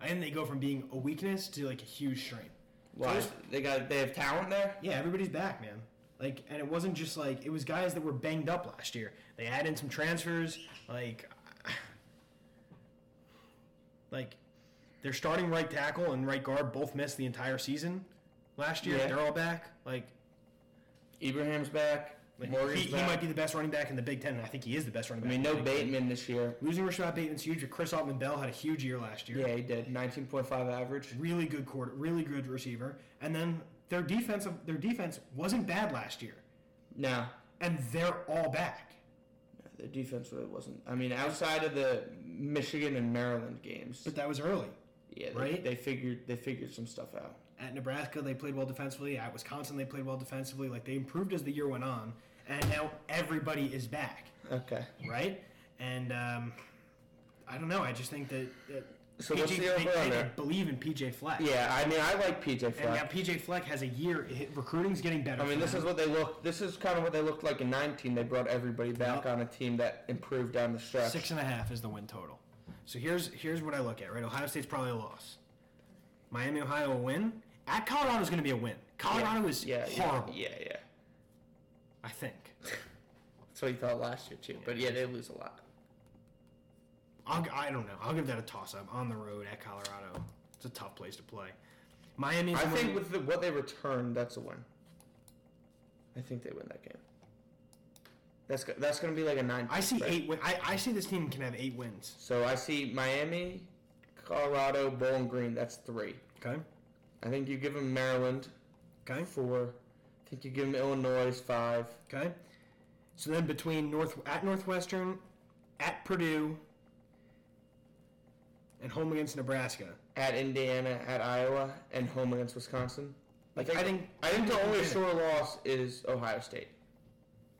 Speaker 1: I think they go from being a weakness to like a huge strength.
Speaker 2: Why?
Speaker 1: Just-
Speaker 2: They got they have talent there.
Speaker 1: Yeah, everybody's back, man. Like, and it wasn't just like it was guys that were banged up last year. They add in some transfers. Like, like their starting right tackle and right guard both missed the entire season last year.
Speaker 2: Yeah.
Speaker 1: They're all back. Like,
Speaker 2: Ibrahim's back.
Speaker 1: Like,
Speaker 2: Morgan's
Speaker 1: he, he
Speaker 2: back.
Speaker 1: might be the best running back in the Big Ten, and I think he is the best running
Speaker 2: I
Speaker 1: back.
Speaker 2: mean,
Speaker 1: in
Speaker 2: no
Speaker 1: the Big Ten.
Speaker 2: Bateman this year.
Speaker 1: Losing Rashad Bateman's huge, but Chris Altman Bell had a huge year last year.
Speaker 2: Yeah, he did. 19.5 average.
Speaker 1: Really good quarter, really good receiver. And then their defensive their defense wasn't bad last year.
Speaker 2: No,
Speaker 1: And they're all back.
Speaker 2: the defense really wasn't. I mean, outside of the Michigan and Maryland games,
Speaker 1: But that was early.
Speaker 2: yeah, they,
Speaker 1: right?
Speaker 2: they figured they figured some stuff out.
Speaker 1: At Nebraska they played well defensively. At Wisconsin they played well defensively. Like they improved as the year went on. And now everybody is back.
Speaker 2: Okay.
Speaker 1: right? And um, I don't know. I just think that, that
Speaker 2: So what's the
Speaker 1: they,
Speaker 2: over
Speaker 1: they
Speaker 2: under?
Speaker 1: believe in PJ Fleck.
Speaker 2: Yeah, I mean, I like PJ
Speaker 1: And now
Speaker 2: Fleck.
Speaker 1: PJ Fleck has a year. hi- Recruiting's getting better.
Speaker 2: I mean,
Speaker 1: for
Speaker 2: this
Speaker 1: them.
Speaker 2: is what they look. This is kind of what they looked like in 19. They brought everybody back
Speaker 1: Yep.
Speaker 2: on a team that improved down the stretch.
Speaker 1: six and a half is the win total. So here's here's what I look at. Right, Ohio State's probably a loss. Miami, Ohio, a win. At Colorado is going to be a win. Colorado is
Speaker 2: yeah, yeah,
Speaker 1: horrible.
Speaker 2: Yeah, yeah.
Speaker 1: I think.
Speaker 2: That's what he thought last year too. But yeah, they lose a lot.
Speaker 1: I'll, gi don't know. I'll give that a toss up. On the road at Colorado, it's a tough place to play. Miami.
Speaker 2: I think with the, what they return, that's a win. I think they win that game. That's go- that's gonna be like a nine.
Speaker 1: I see
Speaker 2: spread.
Speaker 1: eight. Win- I, I see this team can have eight wins.
Speaker 2: So I see Miami, Colorado, Bowling Green. That's three.
Speaker 1: Okay.
Speaker 2: I think you give them Maryland
Speaker 1: Okay.
Speaker 2: four. I think you give them Illinois five.
Speaker 1: Okay. So then between North at Northwestern, at Purdue, and home against Nebraska.
Speaker 2: At Indiana, at Iowa, and home against Wisconsin. Like I think I think the only
Speaker 1: Yeah.
Speaker 2: sure loss is Ohio State,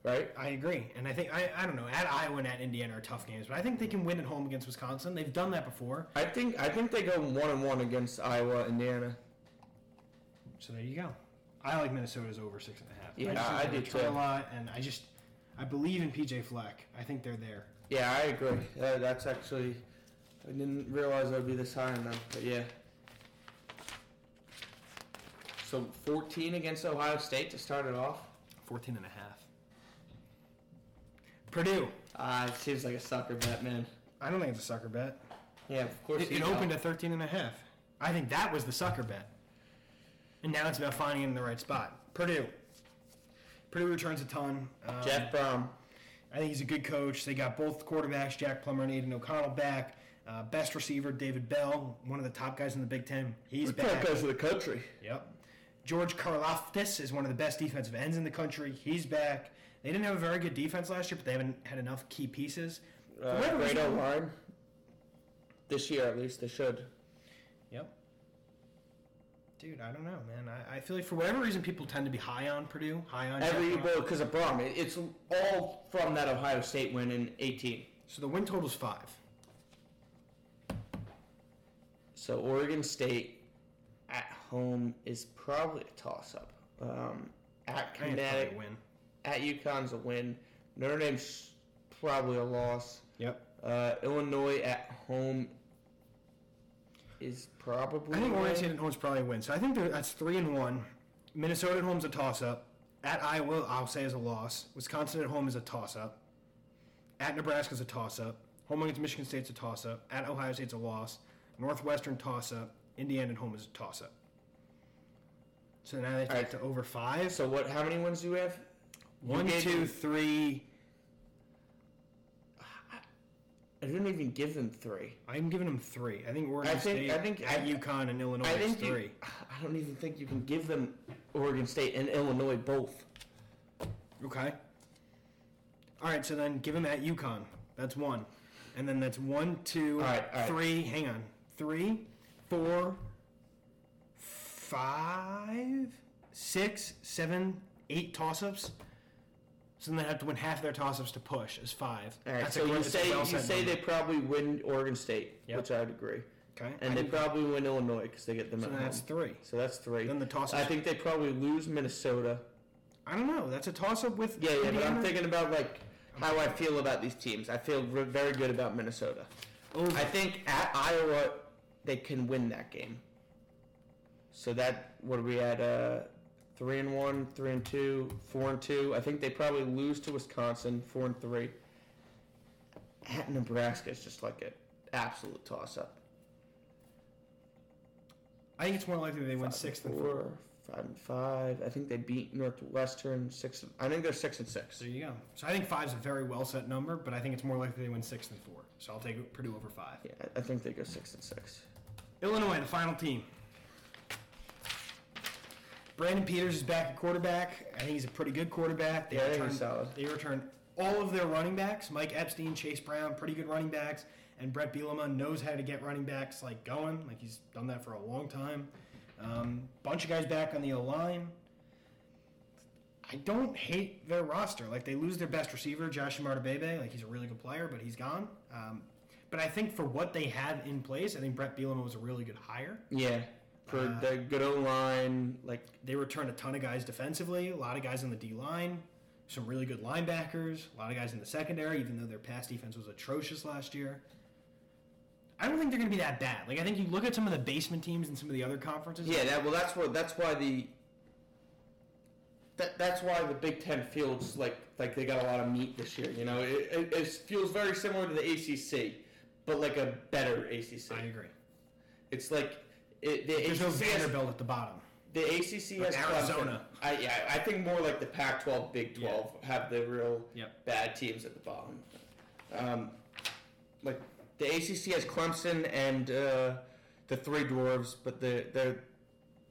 Speaker 2: right?
Speaker 1: I agree, and I think I, I don't know at Iowa and at Indiana are tough games, but I think they can win at home against Wisconsin. They've done that before,
Speaker 2: I think I think they go one and one against Iowa, Indiana.
Speaker 1: so there you go. I like Minnesota's over six and a half.
Speaker 2: Yeah,
Speaker 1: just think
Speaker 2: I
Speaker 1: they
Speaker 2: do
Speaker 1: return
Speaker 2: too.
Speaker 1: A lot, and I just I believe in PJ Fleck. I think they're there.
Speaker 2: Yeah, I agree. Uh, that's actually, I didn't realize I'd be this high on them, but yeah. So 14 against Ohio State to start it off.
Speaker 1: 14 and a half. Purdue.
Speaker 2: Uh, it seems like a sucker bet, man.
Speaker 1: I don't think it's a sucker bet.
Speaker 2: Yeah, of course.
Speaker 1: It, it opened at 13 and a half. I think that was the sucker bet. And now it's about finding it in the right spot. Purdue. Purdue returns a ton. Um,
Speaker 2: Jeff Brom.
Speaker 1: I think he's a good coach. They got both quarterbacks, Jack Plummer and Aiden O'Connell, back. Uh, best receiver, David Bell, one of the top guys in the Big Ten. He's back.
Speaker 2: goes to the country.
Speaker 1: Yep. George Karloftis is one of the best defensive ends in the country. He's back. They didn't have a very good defense last year, but they haven't had enough key pieces. For
Speaker 2: Uh,
Speaker 1: whatever
Speaker 2: great
Speaker 1: reason-
Speaker 2: O-line. This year, at least, they should.
Speaker 1: Yep. Dude, I don't know, man. I, I feel like for whatever reason, people tend to be high on Purdue, high on
Speaker 2: Every
Speaker 1: Jack Brom.
Speaker 2: well, because of Brom, It- it's all from that Ohio State win in 18.
Speaker 1: So the win total's five.
Speaker 2: So Oregon State at home is probably a toss-up. Um, at
Speaker 1: I think it's probably a
Speaker 2: Connecticut,
Speaker 1: win.
Speaker 2: at UConn's a win. Notre Dame's probably a loss.
Speaker 1: Yep.
Speaker 2: Uh, Illinois at home is probably.
Speaker 1: I think
Speaker 2: a
Speaker 1: Oregon
Speaker 2: win.
Speaker 1: State at home's probably a win. So I think they're- that's three and one. Minnesota at home's a toss up. At Iowa, I'll say is a loss. Wisconsin at home is a toss up. At Nebraska's a toss up. Home against Michigan State's a toss up. At Ohio State's a loss. Northwestern toss up. Indiana at home is a toss up. So now they take
Speaker 2: right.
Speaker 1: to over five.
Speaker 2: So what? How many wins do we have?
Speaker 1: One,
Speaker 2: You gave
Speaker 1: two,
Speaker 2: me-
Speaker 1: three.
Speaker 2: I didn't even give them three.
Speaker 1: I'm giving them three. I think Oregon
Speaker 2: I think-
Speaker 1: State,
Speaker 2: I think-
Speaker 1: at
Speaker 2: I-
Speaker 1: UConn, and Illinois
Speaker 2: I
Speaker 1: is
Speaker 2: think you-
Speaker 1: three.
Speaker 2: I don't even think you can give them Oregon State and Illinois both.
Speaker 1: Okay. All right, so then give them at UConn. That's one. And then that's one, two,
Speaker 2: All right, all right.
Speaker 1: three- Hang on. Three, four, five, six, seven, eight toss ups. So then they have to win half their toss ups to push, is five.
Speaker 2: All right,
Speaker 1: That's a
Speaker 2: so
Speaker 1: good-
Speaker 2: you
Speaker 1: that's a
Speaker 2: say
Speaker 1: well
Speaker 2: you
Speaker 1: said
Speaker 2: say
Speaker 1: number.
Speaker 2: they probably win Oregon State,
Speaker 1: Yep.
Speaker 2: which I would agree,
Speaker 1: Okay.
Speaker 2: and they probably win Illinois because they get them
Speaker 1: so
Speaker 2: at
Speaker 1: then
Speaker 2: home.
Speaker 1: that's three.
Speaker 2: So that's three.
Speaker 1: Then the toss
Speaker 2: I
Speaker 1: ups.
Speaker 2: think they probably lose Minnesota.
Speaker 1: I don't know. That's a toss up with.
Speaker 2: Yeah, yeah, but
Speaker 1: Indiana.
Speaker 2: I'm thinking about like how I feel about these teams. I feel re- very good about Minnesota.
Speaker 1: Over.
Speaker 2: I think at Iowa they can win that game. So that what are we at? Uh, three and one, three and two, four and two. I think they probably lose to Wisconsin, four and three. At Nebraska is just like an absolute toss up.
Speaker 1: I think it's more likely they win six than four.
Speaker 2: four, five and five. I think they beat Northwestern six. and- I think they're six and six.
Speaker 1: There you go. So I think five's a very well set number, but I think it's more likely they win six than four. So I'll take Purdue over five.
Speaker 2: Yeah, I- I think they go six and six.
Speaker 1: Uh, Illinois, the final team. Brandon Peters is back at quarterback. I think he's a pretty good quarterback. They
Speaker 2: Yeah, I think
Speaker 1: returned,
Speaker 2: he's solid.
Speaker 1: They returned all of their running backs: Mike Epstein, Chase Brown, pretty good running backs, and Brett Bielema knows how to get running backs like going. Like he's done that for a long time. Um, bunch of guys back on the O line. I don't hate their roster. Like they lose their best receiver, Josh Bebe. Like he's a really good player, but he's gone. Um, but I think for what they have in place, I think Brett Bielema was a really good hire.
Speaker 2: Yeah, for
Speaker 1: Uh,
Speaker 2: the good old line, like
Speaker 1: They returned a ton of guys defensively, a lot of guys on the D line, some really good linebackers, a lot of guys in the secondary, even though their pass defense was atrocious last year. I don't think they're going to be that bad. Like I think you look at some of the basement teams in some of the other conferences.
Speaker 2: Yeah, that, well, that's what that's why the that, that's why the Big Ten feels like like they got a lot of meat this year. You know, it, it, it feels very similar to the ACC, but like a better
Speaker 1: I
Speaker 2: ACC.
Speaker 1: agree.
Speaker 2: It's like it, the,
Speaker 1: There's
Speaker 2: ACC
Speaker 1: no
Speaker 2: has,
Speaker 1: Vanderbilt at the bottom.
Speaker 2: the ACC
Speaker 1: Like
Speaker 2: has
Speaker 1: Arizona.
Speaker 2: Clemson. I, yeah, I think more like the Pac-12, Big
Speaker 1: Yeah.
Speaker 2: 12 have the real
Speaker 1: Yep.
Speaker 2: bad teams at the bottom. Um, like the ACC has Clemson and uh, the Three Dwarves, but they're they're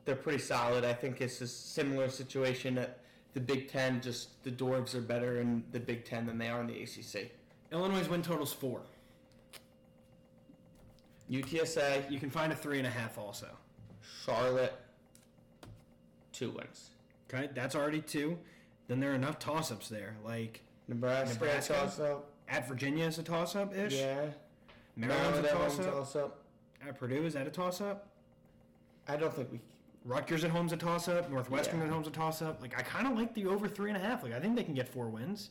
Speaker 2: they're pretty solid. I think it's a similar situation that the Big Ten just the Dwarves are better in the Big Ten than they are in the ACC.
Speaker 1: Illinois' win total's four.
Speaker 2: UTSA,
Speaker 1: You can find a three and a half also.
Speaker 2: Charlotte, two wins.
Speaker 1: Okay, that's already two. Then there are enough toss ups there. Like
Speaker 2: Nebraska,
Speaker 1: Nebraska?
Speaker 2: toss up.
Speaker 1: at Virginia is a toss up ish.
Speaker 2: Yeah,
Speaker 1: Maryland's a
Speaker 2: that one's
Speaker 1: toss up.
Speaker 2: toss up.
Speaker 1: At Purdue, is that a toss up?
Speaker 2: I don't think we.
Speaker 1: Rutgers at home's a toss up. Northwestern
Speaker 2: Yeah.
Speaker 1: at home's a toss up. Like I kind of like the over three and a half. Like I think they can get four wins.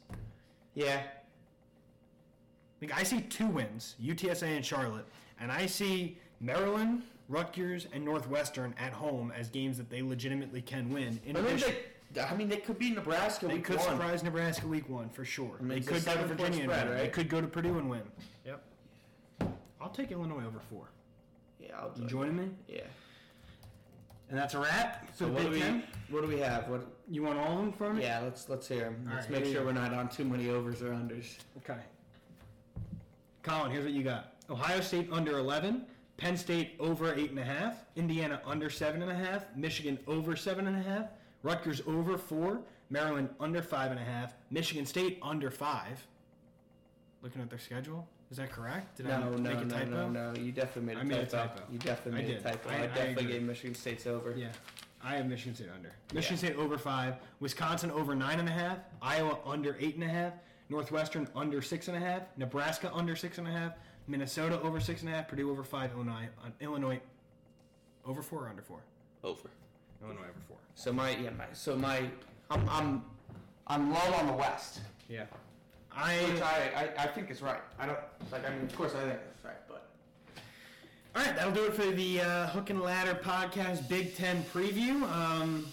Speaker 2: Yeah,
Speaker 1: Like I see two wins, UTSA and Charlotte, and I see Maryland, Rutgers, and Northwestern at home as games that they legitimately can win. In
Speaker 2: I mean,
Speaker 1: addition,
Speaker 2: they, I mean, they could be Nebraska.
Speaker 1: they
Speaker 2: week
Speaker 1: could
Speaker 2: one.
Speaker 1: surprise Nebraska week one for sure.
Speaker 2: mean,
Speaker 1: they
Speaker 2: it's a
Speaker 1: could go to
Speaker 2: seven-point
Speaker 1: Virginia and
Speaker 2: spread,
Speaker 1: win. They
Speaker 2: right?
Speaker 1: could go to Purdue and win. Yep. I'll take Illinois over four.
Speaker 2: Yeah, I'll
Speaker 1: You
Speaker 2: do it.
Speaker 1: joining me?
Speaker 2: Yeah.
Speaker 1: And that's a wrap.
Speaker 2: So
Speaker 1: for
Speaker 2: what
Speaker 1: the
Speaker 2: do
Speaker 1: Big
Speaker 2: we?
Speaker 1: Ten.
Speaker 2: What do we have? What?
Speaker 1: You want all of them for me?
Speaker 2: Yeah, let's let's hear 'em.
Speaker 1: All
Speaker 2: Let's
Speaker 1: right,
Speaker 2: make
Speaker 1: here
Speaker 2: sure
Speaker 1: you
Speaker 2: we're not on too many overs or unders.
Speaker 1: Okay. Colin, here's what you got. Ohio State under 11, Penn State over 8.5, Indiana under 7.5, Michigan over 7.5, Rutgers over 4, Maryland under 5.5, Michigan State under 5. Looking at their schedule, is that correct? Did
Speaker 2: No,
Speaker 1: I
Speaker 2: no,
Speaker 1: make a
Speaker 2: no,
Speaker 1: typo?
Speaker 2: no, no. You definitely made a
Speaker 1: I made a
Speaker 2: typo.
Speaker 1: typo.
Speaker 2: You definitely
Speaker 1: I
Speaker 2: made a
Speaker 1: did.
Speaker 2: typo.
Speaker 1: I-
Speaker 2: I,
Speaker 1: I
Speaker 2: definitely
Speaker 1: agree.
Speaker 2: gave Michigan State's over.
Speaker 1: Yeah. I have Michigan State under. Michigan State over five. Wisconsin over nine and a half. Iowa under eight and a half. Northwestern under six and a half. Nebraska under six and a half. Minnesota over six and a half. Purdue over five. Illinois uh, Illinois over four or under four.
Speaker 2: Over.
Speaker 1: Illinois over four.
Speaker 2: So my yeah my so my I'm I'm I'm low on the West,
Speaker 1: Yeah.
Speaker 2: which
Speaker 1: I
Speaker 2: I, I I think is right. I don't like I mean of course I think that's right, but
Speaker 1: all right. That'll do it for the uh, Hook and Ladder podcast Big Ten preview. Um,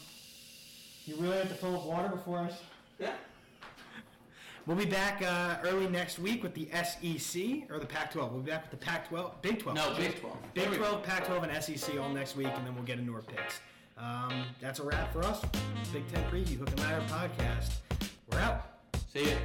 Speaker 1: you really have to fill up water before I. s-
Speaker 2: yeah.
Speaker 1: We'll be back uh, early next week with the SEC or the Pac-12. We'll be back with the Pac-12, Big 12.
Speaker 2: No, Big 12.
Speaker 1: Big
Speaker 2: There we
Speaker 1: 12, Pac-12, and SEC all next week, and then we'll get into our picks. Um, that's a wrap for us. Big Ten preview, Hook and Ladder podcast. We're out.
Speaker 2: See ya.